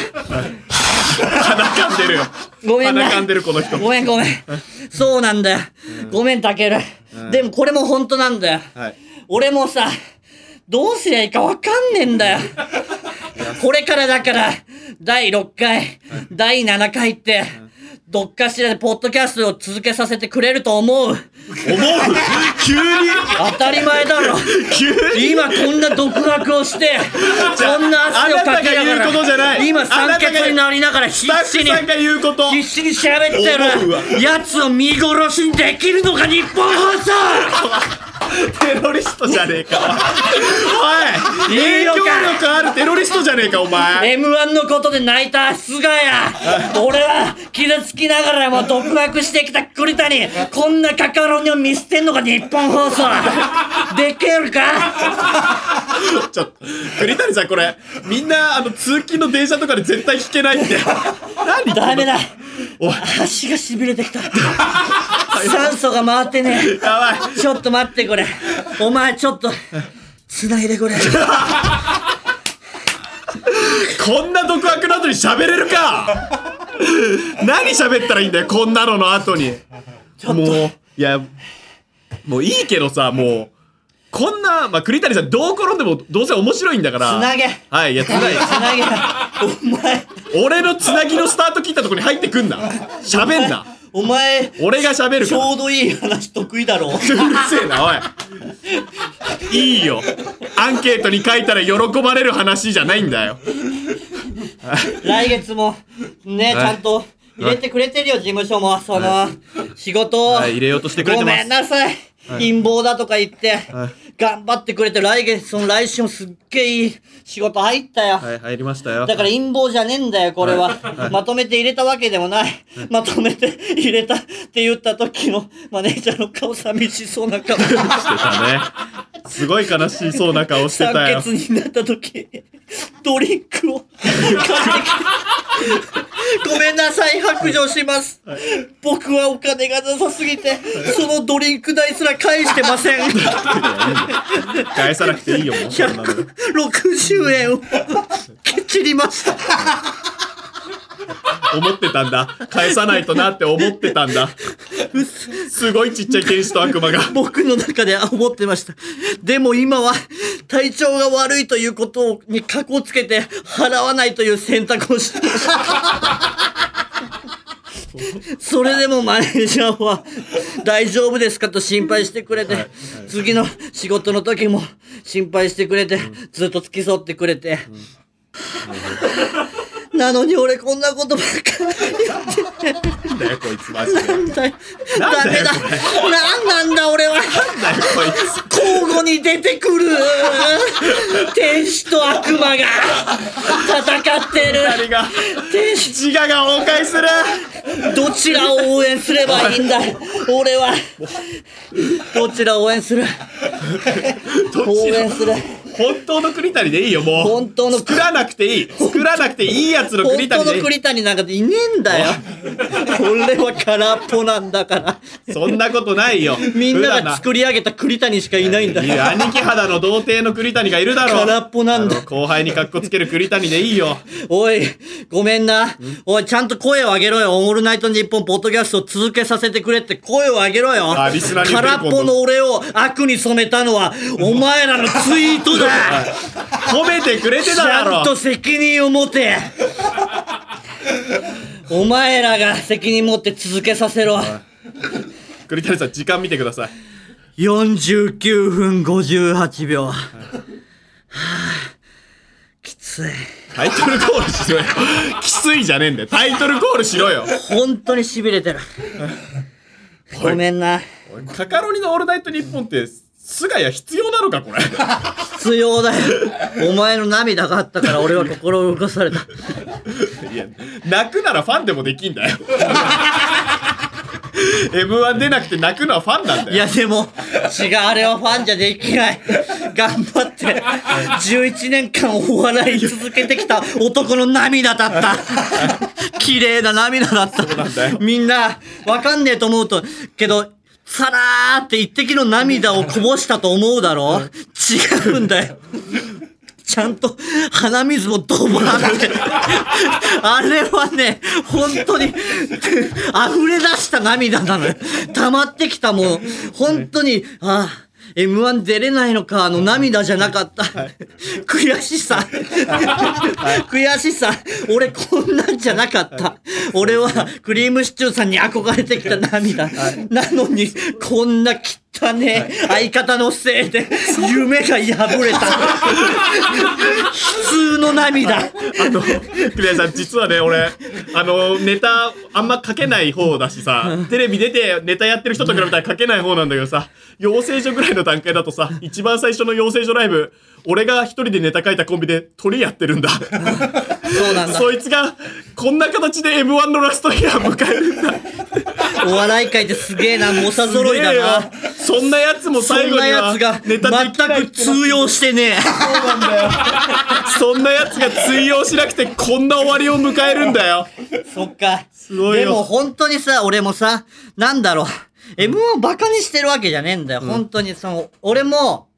[SPEAKER 4] 鼻かんでるよ。
[SPEAKER 2] ごめんな
[SPEAKER 4] 鼻かんでる、この人。
[SPEAKER 2] ごめんごめん。そうなんだよ。ごめん、たける。でもこれも本当なんだよ。
[SPEAKER 3] はい。
[SPEAKER 2] 俺もさ、どうすりゃいいかわかんねえんだよ。これからだから、第6回、第7回って、どっかしらでポッドキャストを続けさせてくれると思う。
[SPEAKER 4] 思う急に
[SPEAKER 2] 当たり前だろ。
[SPEAKER 4] 急に
[SPEAKER 2] 今こんな独白をして、こんな汗をかき
[SPEAKER 4] あ
[SPEAKER 2] なが
[SPEAKER 4] なたが言うことじゃな
[SPEAKER 2] ら、
[SPEAKER 4] い
[SPEAKER 2] 今酸欠になりながら必
[SPEAKER 4] スタッ
[SPEAKER 2] 死
[SPEAKER 4] フ
[SPEAKER 2] に
[SPEAKER 4] さんが言うこと
[SPEAKER 2] 必死に喋って
[SPEAKER 4] 思うわ
[SPEAKER 2] るやつを見殺しにできるのが日本放送
[SPEAKER 4] テロリストじゃねえか おい
[SPEAKER 2] いい
[SPEAKER 4] 影
[SPEAKER 2] の
[SPEAKER 4] 響
[SPEAKER 2] か
[SPEAKER 4] 力あるテロリストじゃねえかお前
[SPEAKER 2] M1 のことで泣いた菅谷俺は傷つきながらも独白してきた栗谷こんなカカロニを見捨てんのが日本放 送できるか
[SPEAKER 4] ちょっと栗谷さんこれみんなあの通勤の電車とかで絶対聞けないって何この
[SPEAKER 2] ダメだ
[SPEAKER 4] おい
[SPEAKER 2] 足がしびれてき た酸素が回ってね
[SPEAKER 4] やばい
[SPEAKER 2] えちょっと待ってこれお前ちょっと繋いでこれ
[SPEAKER 4] こんな独白の後に喋れるか何喋ったらいいんだよこんなのの後に もういやもういいけどさもうこんな、まあ、栗谷さんどう転んでもどうせ面白いんだから
[SPEAKER 2] つなげ
[SPEAKER 4] はいいやつなげ
[SPEAKER 2] 繋げお前
[SPEAKER 4] 俺のつなぎのスタート切ったとこに入ってくんな喋んな
[SPEAKER 2] お前
[SPEAKER 4] 俺が喋る
[SPEAKER 2] ち
[SPEAKER 4] から
[SPEAKER 2] ょうどいい話得意だろ。
[SPEAKER 4] うるせえなおいいいよアンケートに書いたら喜ばれる話じゃないんだよ
[SPEAKER 2] 来月も、ね、ちゃんと入れてくれてるよ、事務所も。その、仕事を。
[SPEAKER 4] はい入れようとしてくれてます
[SPEAKER 2] ごめんなさい。陰謀だとか言って、頑張ってくれて、来月、その来週もすっげえいい仕事入ったよ。
[SPEAKER 4] はい入りましたよ
[SPEAKER 2] だから陰謀じゃねえんだよ、これは。まとめて入れたわけでもない。まとめて入れたって言った時のマネージャーの顔寂しそうな顔。
[SPEAKER 4] してたね。すごい悲しそうな顔してた
[SPEAKER 2] 酸
[SPEAKER 4] よ。
[SPEAKER 2] 欠になった時ドリンクを買ってきて「ごめんなさい白状します、僕はお金がなさすぎてそのドリンク代すら返してま せん
[SPEAKER 4] 返さなくていいよ、もう。そんなの
[SPEAKER 2] 160円を けちりました
[SPEAKER 4] 思ってたんだ。返さないとなって思ってたんだ。すごいちっちゃい剣士と悪魔が。
[SPEAKER 2] 僕の中で思ってましたでも今は体調が悪いということにかこつけて払わないという選択をしてましたそれでもマネージャーは大丈夫ですかと心配してくれて、次の仕事の時も心配してくれて、ずっと付き添ってくれて、 なのに俺こんなことばっか
[SPEAKER 4] なんだよ、こいつ、マジで。なんだよ、
[SPEAKER 2] りだよ。ダメだ。なんなんだ俺は。
[SPEAKER 4] こいつ。
[SPEAKER 2] 交互に出て くる。天使と悪魔が戦ってる。
[SPEAKER 4] 二人が、
[SPEAKER 2] 天使、
[SPEAKER 4] 自我が崩壊する。
[SPEAKER 2] どちらを応援すればいいんだ。俺は。どちらを応援する。応援する。
[SPEAKER 4] 本当の栗谷でいいよ、もう。
[SPEAKER 2] 本当の
[SPEAKER 4] 作らなくていい。作らなくていいやつの
[SPEAKER 2] 本
[SPEAKER 4] 栗
[SPEAKER 2] 当
[SPEAKER 4] 谷
[SPEAKER 2] の
[SPEAKER 4] でいい。
[SPEAKER 2] 栗谷なんかいねえんだよ。俺は空っぽなんだから。
[SPEAKER 4] そんなことないよ。
[SPEAKER 2] みんな
[SPEAKER 4] 普段
[SPEAKER 2] が作り上げた栗谷しかいないんだ
[SPEAKER 4] いや、兄貴肌の童貞の栗谷がいるだろう。
[SPEAKER 2] 空っぽなんだ
[SPEAKER 4] あの後輩に格好つける栗谷でいいよ。
[SPEAKER 2] おい、ごめんな。おい、ちゃんと声を上げろよ。オールナイトニッポンポッドキャストを続けさせてくれって声を上げろよ。
[SPEAKER 4] あリスナーに言って
[SPEAKER 2] 空
[SPEAKER 4] る
[SPEAKER 2] っぽの俺を悪に染めたのは、お前らのツイート だ
[SPEAKER 4] 褒めてくれて
[SPEAKER 2] ち
[SPEAKER 4] ただ
[SPEAKER 2] ゃんと
[SPEAKER 4] ろ。
[SPEAKER 2] 責任を持 てお前らが責任持って続けさせろ。
[SPEAKER 4] 栗谷さん、時間見てください。
[SPEAKER 2] 49分58秒。はぁ、 きつい。
[SPEAKER 4] タイトルコールしろよ。きついじゃねえんだよ。タイトルコールしろよ。
[SPEAKER 2] 本当に痺れ てる。ごめんな。
[SPEAKER 4] カカロニのオールナイトニッポンって、菅谷必要なのか、これ。
[SPEAKER 2] 必要だよ。お前の涙があったから俺は心を動か された。
[SPEAKER 4] いや、泣くならファンでもできんだよ。M1 出なくて泣くのはファンなんだ
[SPEAKER 2] い
[SPEAKER 4] よ。
[SPEAKER 2] やでも、違う、あれはファンじゃでき ない。頑張って、11年間お笑い続けてきた男の涙だ った。綺麗な涙だった。みんな、わかんねえと思うと、けど、さらーって一滴の涙をこぼしたと思うだろ違うんだよ。ちゃんと鼻水もドバーって。あれはね、本当に溢れ出した涙なのよ。溜まってきたもの。本当に、ああ。M1 出れないのか、あの涙じゃなかった。悔しさ。悔しさ。俺こんなんじゃなかった。俺はクリームシチューさんに憧れてきた涙。なのに、こんな汚ねえ相方のせいで夢が破れた。普通の涙。
[SPEAKER 4] あの、栗谷さん、実はね、俺、あの、ネタ、あんま書けない方だしさ、テレビ出てネタやってる人と比べたら書けない方なんだけどさ、養成所ぐらいの段階だとさ、一番最初の養成所ライブ、俺が一人でネタ書いたコンビで鳥やってるんだ。
[SPEAKER 2] そうなんだ。
[SPEAKER 4] そいつが、こんな形で M1 のラストイヤー迎えるんだ。
[SPEAKER 2] お笑い界ってすげえな、猛者揃いだな。
[SPEAKER 4] ねえよそんなやつも
[SPEAKER 2] そ
[SPEAKER 4] 最
[SPEAKER 2] ん
[SPEAKER 4] 後
[SPEAKER 2] な
[SPEAKER 4] には
[SPEAKER 2] やつが
[SPEAKER 4] ネタできない
[SPEAKER 2] 全く通用してね
[SPEAKER 4] そんなやつが通用しなくてこんな終わりを迎えるんだよ
[SPEAKER 2] え。そっか。
[SPEAKER 4] ごいよ
[SPEAKER 2] でも本当にさ、俺もさ、なんだろう。M1 をバカにしてるわけじゃねえんだよ。本当に、その、俺も、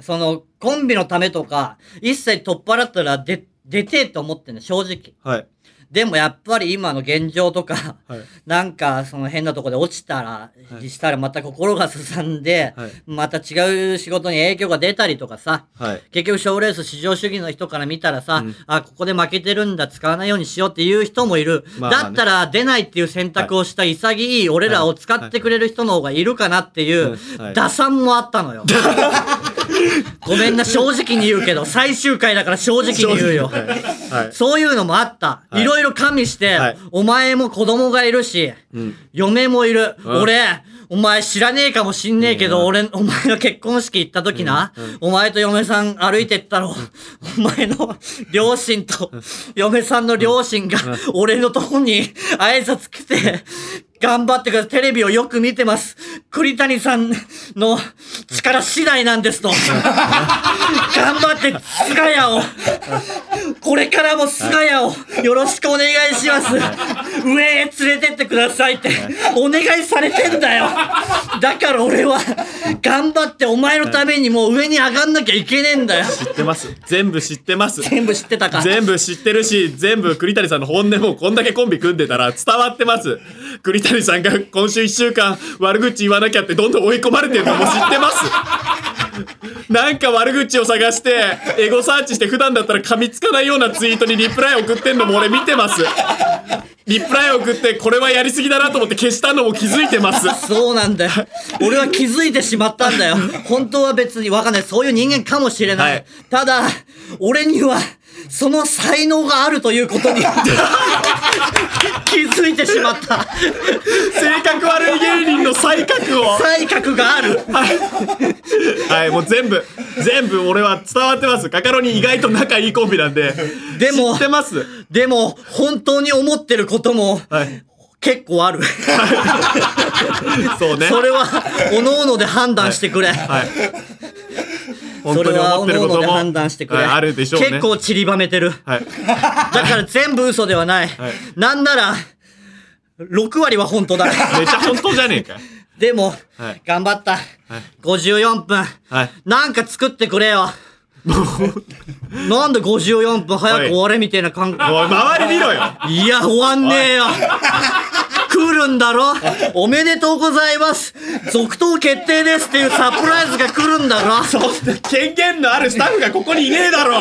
[SPEAKER 2] その、コンビのためとか、一切取っ払ったら出、出てえと思ってんだよ、正直。
[SPEAKER 4] はい
[SPEAKER 2] でもやっぱり今の現状とか、
[SPEAKER 4] はい
[SPEAKER 2] なんかその変なとこで落ちたら、したらまた心がすさんで、
[SPEAKER 4] はい
[SPEAKER 2] また違う仕事に影響が出たりとかさ、
[SPEAKER 4] はい
[SPEAKER 2] 結局賞レース至上主義の人から見たらさ、あ、ここで負けてるんだ、使わないようにしようっていう人もいる。
[SPEAKER 4] まあまあね
[SPEAKER 2] だったら出ないっていう選択をした潔い俺らを使ってくれる人の方がいるかなっていう
[SPEAKER 4] はいはい、
[SPEAKER 2] 打算もあった のよ。ごめんな、正直に言うけど、最終回だから正直に言うよ。
[SPEAKER 4] はい
[SPEAKER 2] そういうのもあった。
[SPEAKER 4] い
[SPEAKER 2] いろいろ加味して、
[SPEAKER 4] はい
[SPEAKER 2] お前も子供がいるし、嫁もいる。俺、お前知らねえかもしんねえけど、俺、お前の結婚式行った時な、お前と嫁さん歩いてったろ、お前 の両親と、嫁さんの両親が、俺のとこに挨拶来て、頑張ってください。テレビをよく見てます。栗谷さんの力次第なんですと。頑張って、菅谷を、これからも菅谷をよろしくお願いします。上へ連れてってくださいって、お願いされてんだよ。だから俺は、頑張ってお前のためにもう上に上がんなきゃいけねえんだよ。
[SPEAKER 4] 知ってます全部知ってます
[SPEAKER 2] 全部知ってたか。
[SPEAKER 4] 全部知ってるし全部栗谷さんの本音もこんだけコンビ組んでたら伝わってます栗谷さんが今週1週間悪口言わなきゃってどんどん追い込まれてるのも知ってますなんか悪口を探してエゴサーチして普段だったら噛みつかないようなツイートにリプライ送ってんのも俺見てますリプライ送ってこれはやりすぎだなと思って消したのも気づいてます
[SPEAKER 2] そうなんだよ。俺は気づいてしまったんだよ。本当は別にわかんない。そういう人間かもしれない。
[SPEAKER 4] はい
[SPEAKER 2] ただ、俺には、その才能があるということに気づいてしまった
[SPEAKER 4] 性格悪い芸人の才覚を。
[SPEAKER 2] 才覚がある
[SPEAKER 4] はい、もう全部、全部俺は伝わってます。カカロニ意外と仲いいコンビなんで。
[SPEAKER 2] でも
[SPEAKER 4] 知ってます。
[SPEAKER 2] でも本当に思ってることも
[SPEAKER 4] はい。
[SPEAKER 2] 結構ある
[SPEAKER 4] そうね。
[SPEAKER 2] それはおのおので判断してくれ、
[SPEAKER 4] はい。本
[SPEAKER 2] そ
[SPEAKER 4] 当
[SPEAKER 2] れ
[SPEAKER 4] に
[SPEAKER 2] は
[SPEAKER 4] 思
[SPEAKER 2] お
[SPEAKER 4] ってる
[SPEAKER 2] のお
[SPEAKER 4] こ
[SPEAKER 2] の
[SPEAKER 4] と
[SPEAKER 2] で
[SPEAKER 4] も
[SPEAKER 2] 判断してくれ、
[SPEAKER 4] はいあるでしょうね。
[SPEAKER 2] 結構散りばめてる
[SPEAKER 4] は
[SPEAKER 2] だ
[SPEAKER 4] い。
[SPEAKER 2] から全部嘘ではない、
[SPEAKER 4] はい
[SPEAKER 2] なんなら6割は本当だ
[SPEAKER 4] めっちゃ本当じゃねえか。
[SPEAKER 2] でも、
[SPEAKER 4] はい
[SPEAKER 2] 頑張った、54分、
[SPEAKER 4] はい。
[SPEAKER 2] なんか作ってくれ よなんで54分早く終われみたいな感覚
[SPEAKER 4] おい、周り見ろよ。
[SPEAKER 2] いや、終わんねえよ。来るんだろおめでとうございます続投決定ですっていうサプライズが来るんだろ
[SPEAKER 4] 権限のあるスタッフがここにいねえだろ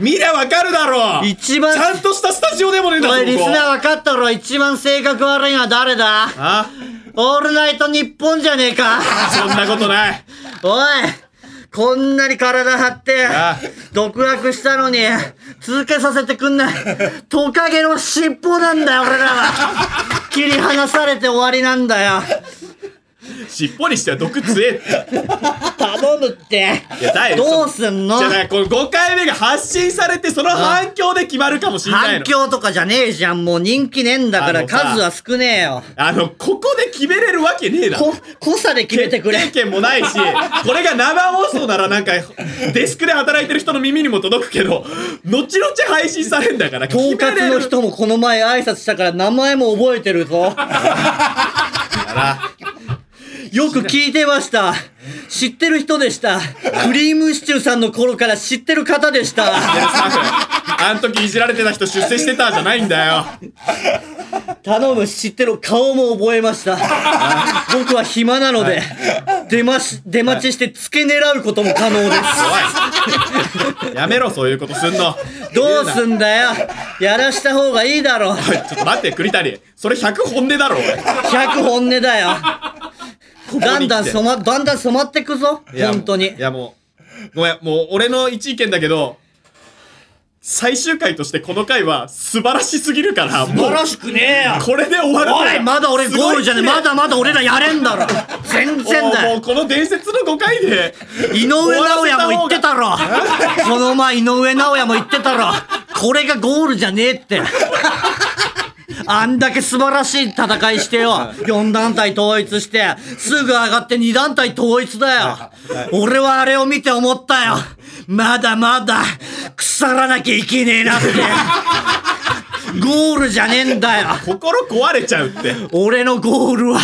[SPEAKER 4] 見りゃわかるだろち
[SPEAKER 2] 一番、
[SPEAKER 4] ゃんとしたスタジオでもねえんだ
[SPEAKER 2] お
[SPEAKER 4] ぞ
[SPEAKER 2] い、リス
[SPEAKER 4] ここ
[SPEAKER 2] ナー分かったろ一番性格悪いのは誰だ
[SPEAKER 4] あ
[SPEAKER 2] オールナイト日本じゃねえか
[SPEAKER 4] そんなことない
[SPEAKER 2] おいこんなに体張って
[SPEAKER 4] あ、
[SPEAKER 2] 独白したのに、続けさせてくんない。トカゲの尻尾なんだよ、俺らは。切り離されて終わりなんだよ。
[SPEAKER 4] 尻尾にしては毒強えって
[SPEAKER 2] 頼むって。
[SPEAKER 4] いやだい
[SPEAKER 2] どうすんの
[SPEAKER 4] じゃあだからこの5回目が発信されてその反響で決まるかもしれない
[SPEAKER 2] 反
[SPEAKER 4] の
[SPEAKER 2] 響とかじゃねえじゃん。もう人気ねえんだか
[SPEAKER 4] あ
[SPEAKER 2] ら
[SPEAKER 4] のさ
[SPEAKER 2] 数は少ねえよ。
[SPEAKER 4] あのここで決めれるわけねえだろ
[SPEAKER 2] こ、濃さで決めてくれ。
[SPEAKER 4] 決定権もないしこれが生放送ならなんかデスクで働いてる人の耳にも届くけど後々配信されんだから
[SPEAKER 2] 統
[SPEAKER 4] 決めれ
[SPEAKER 2] 括
[SPEAKER 4] る
[SPEAKER 2] の人もこの前挨拶したから名前も覚えてるぞ。よく聞いてました。知ってる人でした。クリームシチューさんの頃から知ってる方で した。
[SPEAKER 4] あん時いじられてた人出世してたじゃないんだよ。
[SPEAKER 2] 頼む、知ってる顔も覚えま した。僕は暇なので、出まし、出待ちして付け狙うことも可能です。
[SPEAKER 4] おいやめろ、そういうことすんの。
[SPEAKER 2] どう
[SPEAKER 4] 言
[SPEAKER 2] すんだよやらした方がいいだろ
[SPEAKER 4] うなおいちょっと待って、栗谷。それ100本音だろ、おい
[SPEAKER 2] 100本音だよだんだん染ま、だんだん染まってくぞ
[SPEAKER 4] いや
[SPEAKER 2] 本当に
[SPEAKER 4] いやもう、ごめん、もう俺の一意見だけど、最終回としてこの回は素晴らしすぎるから、もう、
[SPEAKER 2] しくねえよ
[SPEAKER 4] これで終わるか
[SPEAKER 2] お
[SPEAKER 4] ら
[SPEAKER 2] いまだ俺ゴールじゃねえまだまだ俺らやれんだろ全然だ
[SPEAKER 4] もうも
[SPEAKER 2] よ
[SPEAKER 4] うこの伝説の5回で、
[SPEAKER 2] 井上尚弥も言ってたろこの前井上尚弥も言ってたろこれがゴールじゃねえってあんだけ素晴らしい戦いしてよ4団体統一してすぐ上がって2団体統一だよ、俺はあれを見て思ったよまだまだ腐らなきゃいけねえなってゴールじゃねえんだよ
[SPEAKER 4] 心壊れちゃうって、
[SPEAKER 2] 俺のゴールは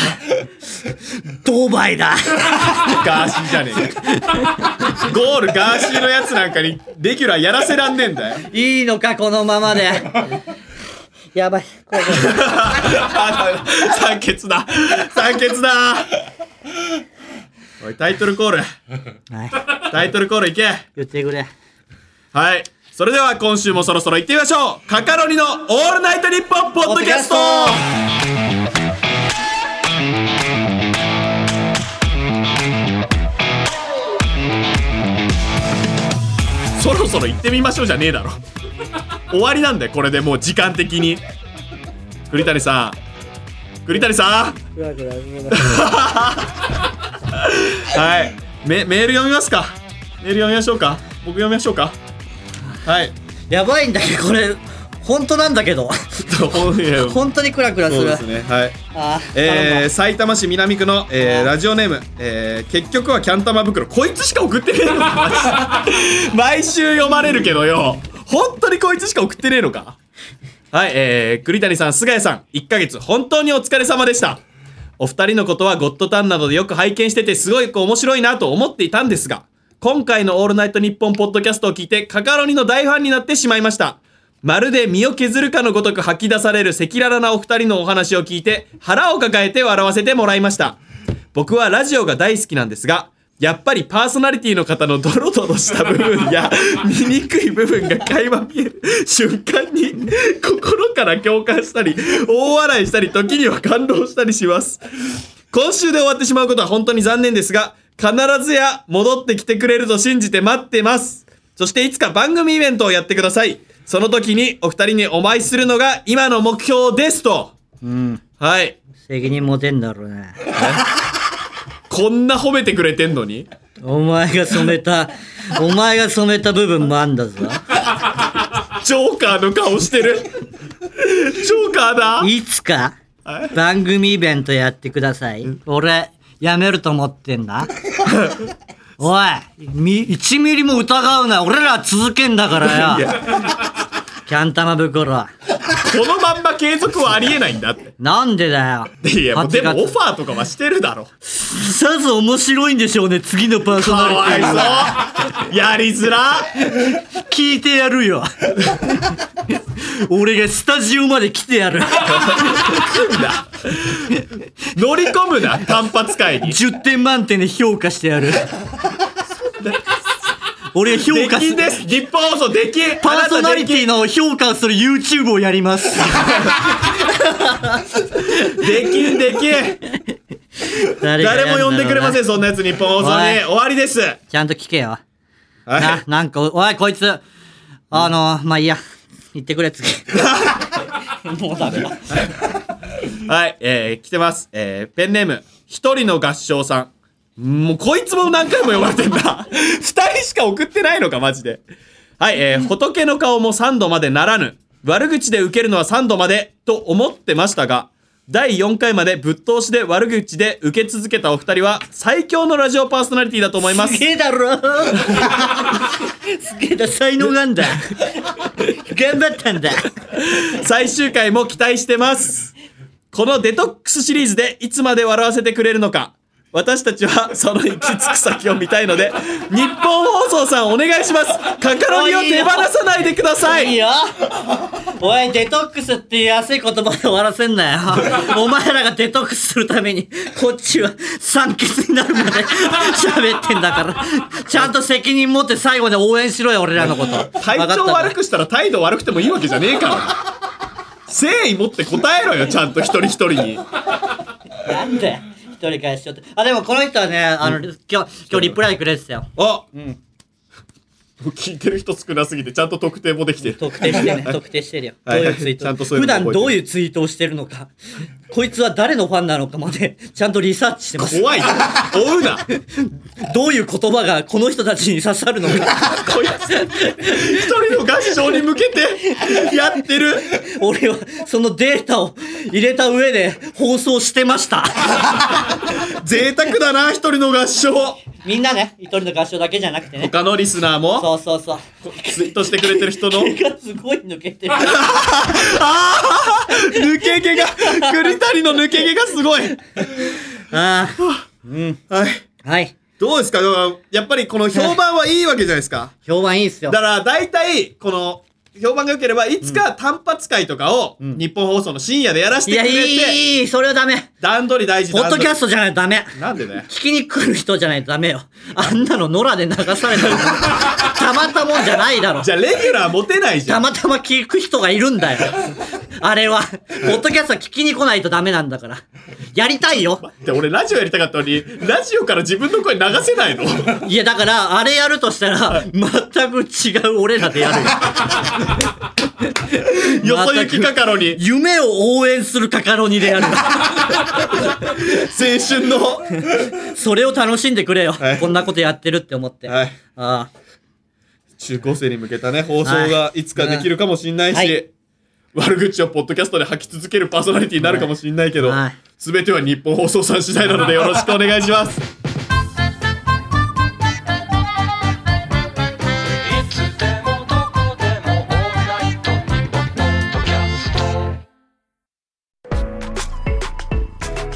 [SPEAKER 2] ドバイだ
[SPEAKER 4] ガーシーじゃねえかゴールガーシーのやつなんかにレギュラーやらせらんねえんだよ。
[SPEAKER 2] いいのかこのままで やばいこう
[SPEAKER 4] あ酸欠だ酸欠だおいタイトルコール
[SPEAKER 2] はい
[SPEAKER 4] タイトルコールいけ
[SPEAKER 2] 言ってくれ
[SPEAKER 4] はいそれでは今週もそろそろ行ってみましょうカカロニの「オールナイトニッポン」ポッドキャスト
[SPEAKER 2] ポッドキャ
[SPEAKER 4] そろそろ行ってみましょうじゃねえ だろ終わりなんだよこれでもう時間的に栗谷さん栗谷さん
[SPEAKER 2] ふらふらふ
[SPEAKER 4] はい。メメール読みますか。メール読みましょうか。僕読みましょうか。はい。
[SPEAKER 2] らやばいんだけどこれ本当なんだけど
[SPEAKER 4] ちょっと本編を
[SPEAKER 2] 本当にクラクラす
[SPEAKER 4] そう
[SPEAKER 2] る
[SPEAKER 4] ですね。はい。
[SPEAKER 2] あー
[SPEAKER 4] えー、埼玉市南区の、えー、ラジオネーム、えー、結局はキャン玉袋こいつしか送ってねえのか マジで毎週読まれるけどよ本当にこいつしか送ってねえのかはいえー、栗谷さん菅谷さん1ヶ月本当にお疲れ様でしたお二人のことはゴッドタンなどでよく拝見しててすごく面白いなと思っていたんですが今回の「オールナイトニッポン」ポッドキャストを聞いてカカロニの大ファンになってしまいましたまるで身を削るかのごとく吐き出される赤裸々なお二人のお話を聞いて腹を抱えて笑わせてもらいました僕はラジオが大好きなんですがやっぱりパーソナリティの方のドロドロした部分や 醜い部分が垣間見える瞬間に心から共感したり大笑いしたり時には感動したりします今週で終わってしまうことは本当に残念ですが必ずや戻ってきてくれると信じて待ってますそしていつか番組イベントをやってください。その時にお二人にお会いするのが今の目標ですと。
[SPEAKER 2] うん。
[SPEAKER 4] はい。
[SPEAKER 2] 責任持てんだろうね。
[SPEAKER 4] こんな褒めてくれてんのに
[SPEAKER 2] お前が染めた、お前が染めた部分もあんだぞ。
[SPEAKER 4] ジョーカーの顔してる。ジョーカーだ。
[SPEAKER 2] いつか番組イベントやってください。俺、やめると思ってんだ。 おい、み1ミリも疑うな。俺らは続けんだからよ。キャン玉袋。
[SPEAKER 4] このまんま継続はありえないんだって。
[SPEAKER 2] なんでだよ。
[SPEAKER 4] いや、もうで
[SPEAKER 2] 8
[SPEAKER 4] もオ
[SPEAKER 2] 月
[SPEAKER 4] ファーとかはしてるだろ。
[SPEAKER 2] さぞ面白いんでしょうね、次のパーソナ
[SPEAKER 4] か
[SPEAKER 2] リティ。
[SPEAKER 4] わいそう。やりづら。
[SPEAKER 2] 聞いてやるよ。俺がスタジオまで来てやる。
[SPEAKER 4] 乗り込む な、単発会に。
[SPEAKER 2] 10点満点で評価してやる。俺が評
[SPEAKER 4] で
[SPEAKER 2] 価す
[SPEAKER 4] きです。日本放送でき。
[SPEAKER 2] パーソナリテ
[SPEAKER 4] ィ
[SPEAKER 2] ィの評価をする YouTube をやります。
[SPEAKER 4] できんできん。誰も呼んでくれません、
[SPEAKER 2] ん。
[SPEAKER 4] そんなやつ日本放送
[SPEAKER 2] お
[SPEAKER 4] に。
[SPEAKER 2] い
[SPEAKER 4] 終わりです。はい。
[SPEAKER 2] ちゃんと聞けよ。な、なんか、おい、こいつ。あの、まあ、いいや。言ってくれ、次。もうダメだ。
[SPEAKER 4] はい、えー、来てます。えー、ペンネーム、一人の合唱さん。もうこいつも何回も呼ばれてんだ。 二人しか送ってないのか、マジで。はい、えー、仏の顔も3度までならぬ。悪口で受けるのは3度まで、と思ってましたが、第4回までぶっ通しで悪口で受け続けたお二人は、最強のラジオパーソナリティだと思います
[SPEAKER 2] す。げえだ ろすげえだ、才能があんだ。頑張ったんだ。
[SPEAKER 4] 最終回も期待してます。このデトックスシリーズでいつまで笑わせてくれるのか。私たちはその行き着く先を見たいので、日本放送さんお願いします。カカロニを手放さないでくださ
[SPEAKER 2] いい
[SPEAKER 4] い。
[SPEAKER 2] よおい、デトックスっていう安い言葉で終わらせんなよ。お前らがデトックスするために、こっちは酸欠になるまで 喋ってんだから。ちゃんと責任持って最後で応援しろよ、俺らのこと。
[SPEAKER 4] 体調悪くしたら態度悪くてもいいわけじゃねえから。誠意持って答えろよ、ちゃんと一人一人に。
[SPEAKER 2] くなんで一人返しちゃって。あ、でもこの人はね、あの、今日、今日リプライくれてたよ。
[SPEAKER 4] あ、もう聞いてる人少なすぎて、ちゃんと特定もできてる。
[SPEAKER 2] 特定してね、特定してるよ。どう
[SPEAKER 4] はい
[SPEAKER 2] いうツイート、
[SPEAKER 4] ちゃんとそういう
[SPEAKER 2] 普
[SPEAKER 4] の
[SPEAKER 2] 段
[SPEAKER 4] も覚えてる
[SPEAKER 2] どういうツイートをしてるのか、こいつは誰のファンなのかまで、ちゃんとリサーチしてます。
[SPEAKER 4] 怖いな。追うな。
[SPEAKER 2] どういう言葉がこの人たちに刺さるのか。
[SPEAKER 4] こいつ、一人の合唱に向けてやってる。
[SPEAKER 2] 俺はそのデータを入れた上で放送してま した。
[SPEAKER 4] 贅沢だな、一人の合唱。
[SPEAKER 2] みんなね、一人の合唱だけじゃなくてね。
[SPEAKER 4] 他のリスナーも
[SPEAKER 2] そうそうそう。
[SPEAKER 4] ツイートしてくれてる人の
[SPEAKER 2] 毛がすごい抜けてる。
[SPEAKER 4] 抜け毛が、栗谷の抜け毛がすごい。
[SPEAKER 2] あ
[SPEAKER 4] はい。
[SPEAKER 2] あ、はい。
[SPEAKER 4] どうですかだからやっぱりこの評判はいいわけじゃないですか。
[SPEAKER 2] 評判いいっすよ
[SPEAKER 4] だ。から大体、この、評判が良ければ、いつか単発会とかを、日本放送の深夜でやらせ
[SPEAKER 2] い
[SPEAKER 4] て
[SPEAKER 2] や、
[SPEAKER 4] く
[SPEAKER 2] い
[SPEAKER 4] れ
[SPEAKER 2] い
[SPEAKER 4] て、
[SPEAKER 2] いい、それはダメ。
[SPEAKER 4] 段取り大事
[SPEAKER 2] ポッドキャ
[SPEAKER 4] ス
[SPEAKER 2] ストじゃないとダメ。
[SPEAKER 4] ト。なんでね。
[SPEAKER 2] 聞きに来る人じゃないとダメよ。あんなの野良で流された ら、たまったもんじゃないだろ
[SPEAKER 4] じ。ゃあ、レギュラー持てないじゃ
[SPEAKER 2] た
[SPEAKER 4] ん。
[SPEAKER 2] またま聞く人がいるんだよ。あ れは、ポッドキャストは聞きに来ないとダメなんだから。やりたいよ。
[SPEAKER 4] で、俺ラジオやりたかったの に、ラジオから自分の声流せ ないの
[SPEAKER 2] いや、だから、あれやるとしたら、全く違う俺らでやる よ。
[SPEAKER 4] よそ行きかかろに、
[SPEAKER 2] 夢を応援するカカロニでやる。
[SPEAKER 4] 青春の。
[SPEAKER 2] それを楽しんでくれよ。
[SPEAKER 4] はい
[SPEAKER 2] こんなことやってるって思って。
[SPEAKER 4] はい
[SPEAKER 2] あ
[SPEAKER 4] 中高生に向けたね、放送がいつかできるかもしんないし、
[SPEAKER 2] はい
[SPEAKER 4] 悪口をポッドキャストで吐き続けるパーソナリティになるかもしんないけど、
[SPEAKER 2] はい
[SPEAKER 4] すべては日本放送さん次第なのでよろしくお願いします。
[SPEAKER 5] いつでもどこでもオーライトニッポンポッドキャスト」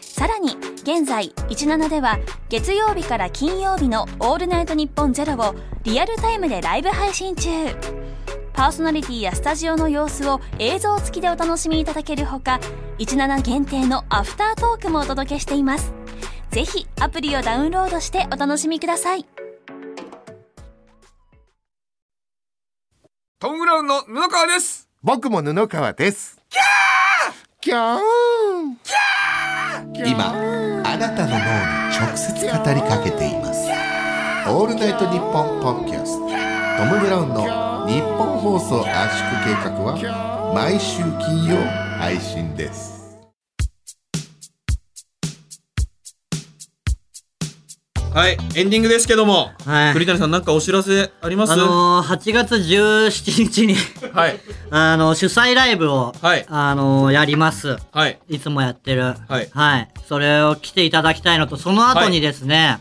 [SPEAKER 1] さらに現在17では月曜日から金曜日の「オールナイトニッポンゼロをリアルタイムでライブ配信中パパーソナリティやスタジオの様子を映像付きでお楽しみいただけるほか17限定のアフタートークもお届けしていますぜひアプリをダウンロードしてお楽しみください
[SPEAKER 6] トム・ブラウンの布川です
[SPEAKER 7] 僕も布川です。キャー
[SPEAKER 8] 今あなたの脳に直接語りかけています「オールナイトニッポン」ポッドキャストトム・ブラウンの日本放送圧縮計画は毎週金曜配信です
[SPEAKER 4] はい、エンディングですけども、
[SPEAKER 2] はい
[SPEAKER 4] 栗谷さんなんかお知らせあります
[SPEAKER 2] あのー、8月17日に、
[SPEAKER 4] はい、
[SPEAKER 2] あの、主催ライブを、
[SPEAKER 4] はい
[SPEAKER 2] あのー、やります。
[SPEAKER 4] はい、
[SPEAKER 2] いつもやってる。
[SPEAKER 4] はい
[SPEAKER 2] それを来ていただきたいのと、その後にですね、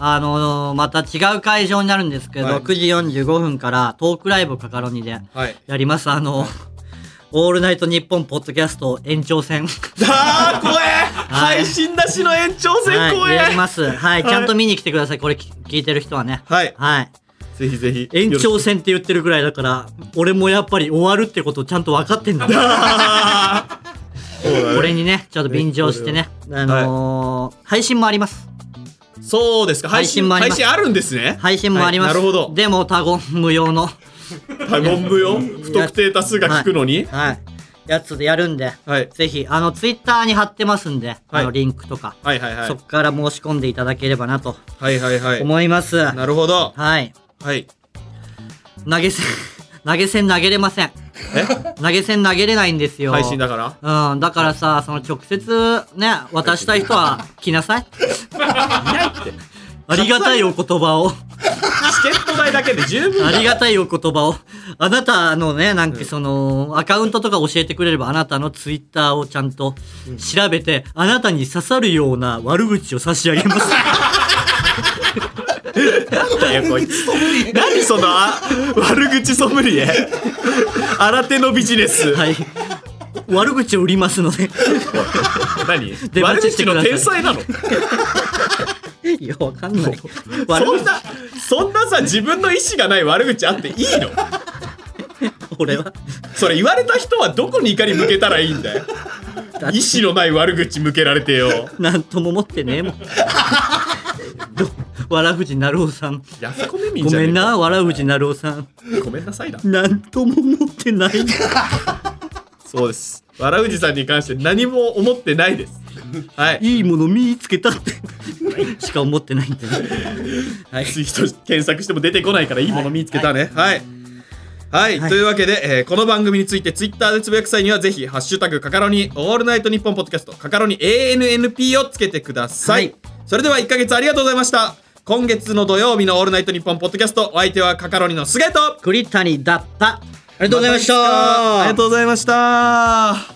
[SPEAKER 2] あのーまた違う会場になるんですけど、
[SPEAKER 4] はい
[SPEAKER 2] 9時45分からトークライブカカロニで
[SPEAKER 4] はい。
[SPEAKER 2] やります。あのーオールナイトニッポンポッドキャスト延長戦。
[SPEAKER 4] あー、怖え配信なしの延長戦
[SPEAKER 2] は
[SPEAKER 4] 怖
[SPEAKER 2] い、
[SPEAKER 4] え
[SPEAKER 2] やります。はい、ちゃんと見に来てください。これき聞いてる人はね。
[SPEAKER 4] はい、
[SPEAKER 2] はい。
[SPEAKER 4] ぜひぜひ。
[SPEAKER 2] 延長戦って言ってるぐらいだから、俺もやっぱり終わるってことをちゃんと分かってん だ俺にね、ちょっと便乗してね、あのー配信もあります。
[SPEAKER 4] そうですか、配
[SPEAKER 2] 配信
[SPEAKER 4] 信、
[SPEAKER 2] もあり
[SPEAKER 4] 配
[SPEAKER 2] ます
[SPEAKER 4] 信あるんですね。
[SPEAKER 2] 配信もあります。
[SPEAKER 4] はいなるほど
[SPEAKER 2] でも、他言無用の、
[SPEAKER 4] 多言無用不特定多数が聞くのに。
[SPEAKER 2] はい、やつでやるんで、
[SPEAKER 4] はい
[SPEAKER 2] ぜひ、あの、ツイッターに貼ってますんで、あの、リンクとか、
[SPEAKER 4] はいはいは
[SPEAKER 2] そ
[SPEAKER 4] い
[SPEAKER 2] こ。から申し込んでいただければなと
[SPEAKER 4] はいはいはい。
[SPEAKER 2] 思います。
[SPEAKER 4] なるほど。
[SPEAKER 2] はい。
[SPEAKER 4] はい。
[SPEAKER 2] 投げ銭、 投げ銭投げれません。 投げ銭投げれないんですよ。
[SPEAKER 4] 配信だから
[SPEAKER 2] うん、だからさ、その直接ね、渡したい人 は来なさい。 ありがたいお言葉 を、
[SPEAKER 4] チケット代だけで十分
[SPEAKER 2] あ
[SPEAKER 4] だ。
[SPEAKER 2] りがたいお言葉を、あなたのね、なんかその、アカウントとか教えてくれれば、あなたのツイッターをちゃんと調べて、あなたに刺さるような悪口を差し上げます。
[SPEAKER 4] なんだよこいつ。何そのあ悪口ソムリエ。新手のビジネス。
[SPEAKER 2] はい。悪口を売りますので。
[SPEAKER 4] 何
[SPEAKER 2] 出
[SPEAKER 4] 悪
[SPEAKER 2] 待ちして
[SPEAKER 4] 口
[SPEAKER 2] くだ
[SPEAKER 4] の
[SPEAKER 2] さい
[SPEAKER 4] 天才なの
[SPEAKER 2] いや、わかんない。悪
[SPEAKER 4] そ
[SPEAKER 2] 口
[SPEAKER 4] んな、そんなさ、自分の意思がない悪口あっていいの
[SPEAKER 2] 俺は。
[SPEAKER 4] それ言われた人はどこに怒り向けたらいいんだよ。意思のない悪口向けられてよ。
[SPEAKER 2] なんとも持ってねえも ん。どわらふじなるおさん。
[SPEAKER 4] 安子めみん
[SPEAKER 2] ご
[SPEAKER 4] じゃね
[SPEAKER 2] め
[SPEAKER 4] え
[SPEAKER 2] ん
[SPEAKER 4] か。
[SPEAKER 2] な、わらふじなるおさん。
[SPEAKER 4] ごめんなさいだ。
[SPEAKER 2] なんとも持ってない。
[SPEAKER 4] そうです。わらうじさんに関して何も思ってないです。はい。
[SPEAKER 2] いいもの見つけたって。しか思ってないんでね。はい。
[SPEAKER 4] ツイート検索しても出てこないからいいもの見つけたね。はい。はい、というわけで、えーこの番組についてツイッターでつぶやく際にはぜひ「ハッシュタグカカロニオールナイトニッポンポッドキャストカカロニ ANNP」をつけてください、
[SPEAKER 2] はい
[SPEAKER 4] それでは1ヶ月ありがとうございました今月の土曜日の「オールナイトニッポンポッドキャスト」お相手はカカロニの菅井とあ
[SPEAKER 2] 栗谷だった。ありがとうございました。
[SPEAKER 4] ありがとうございました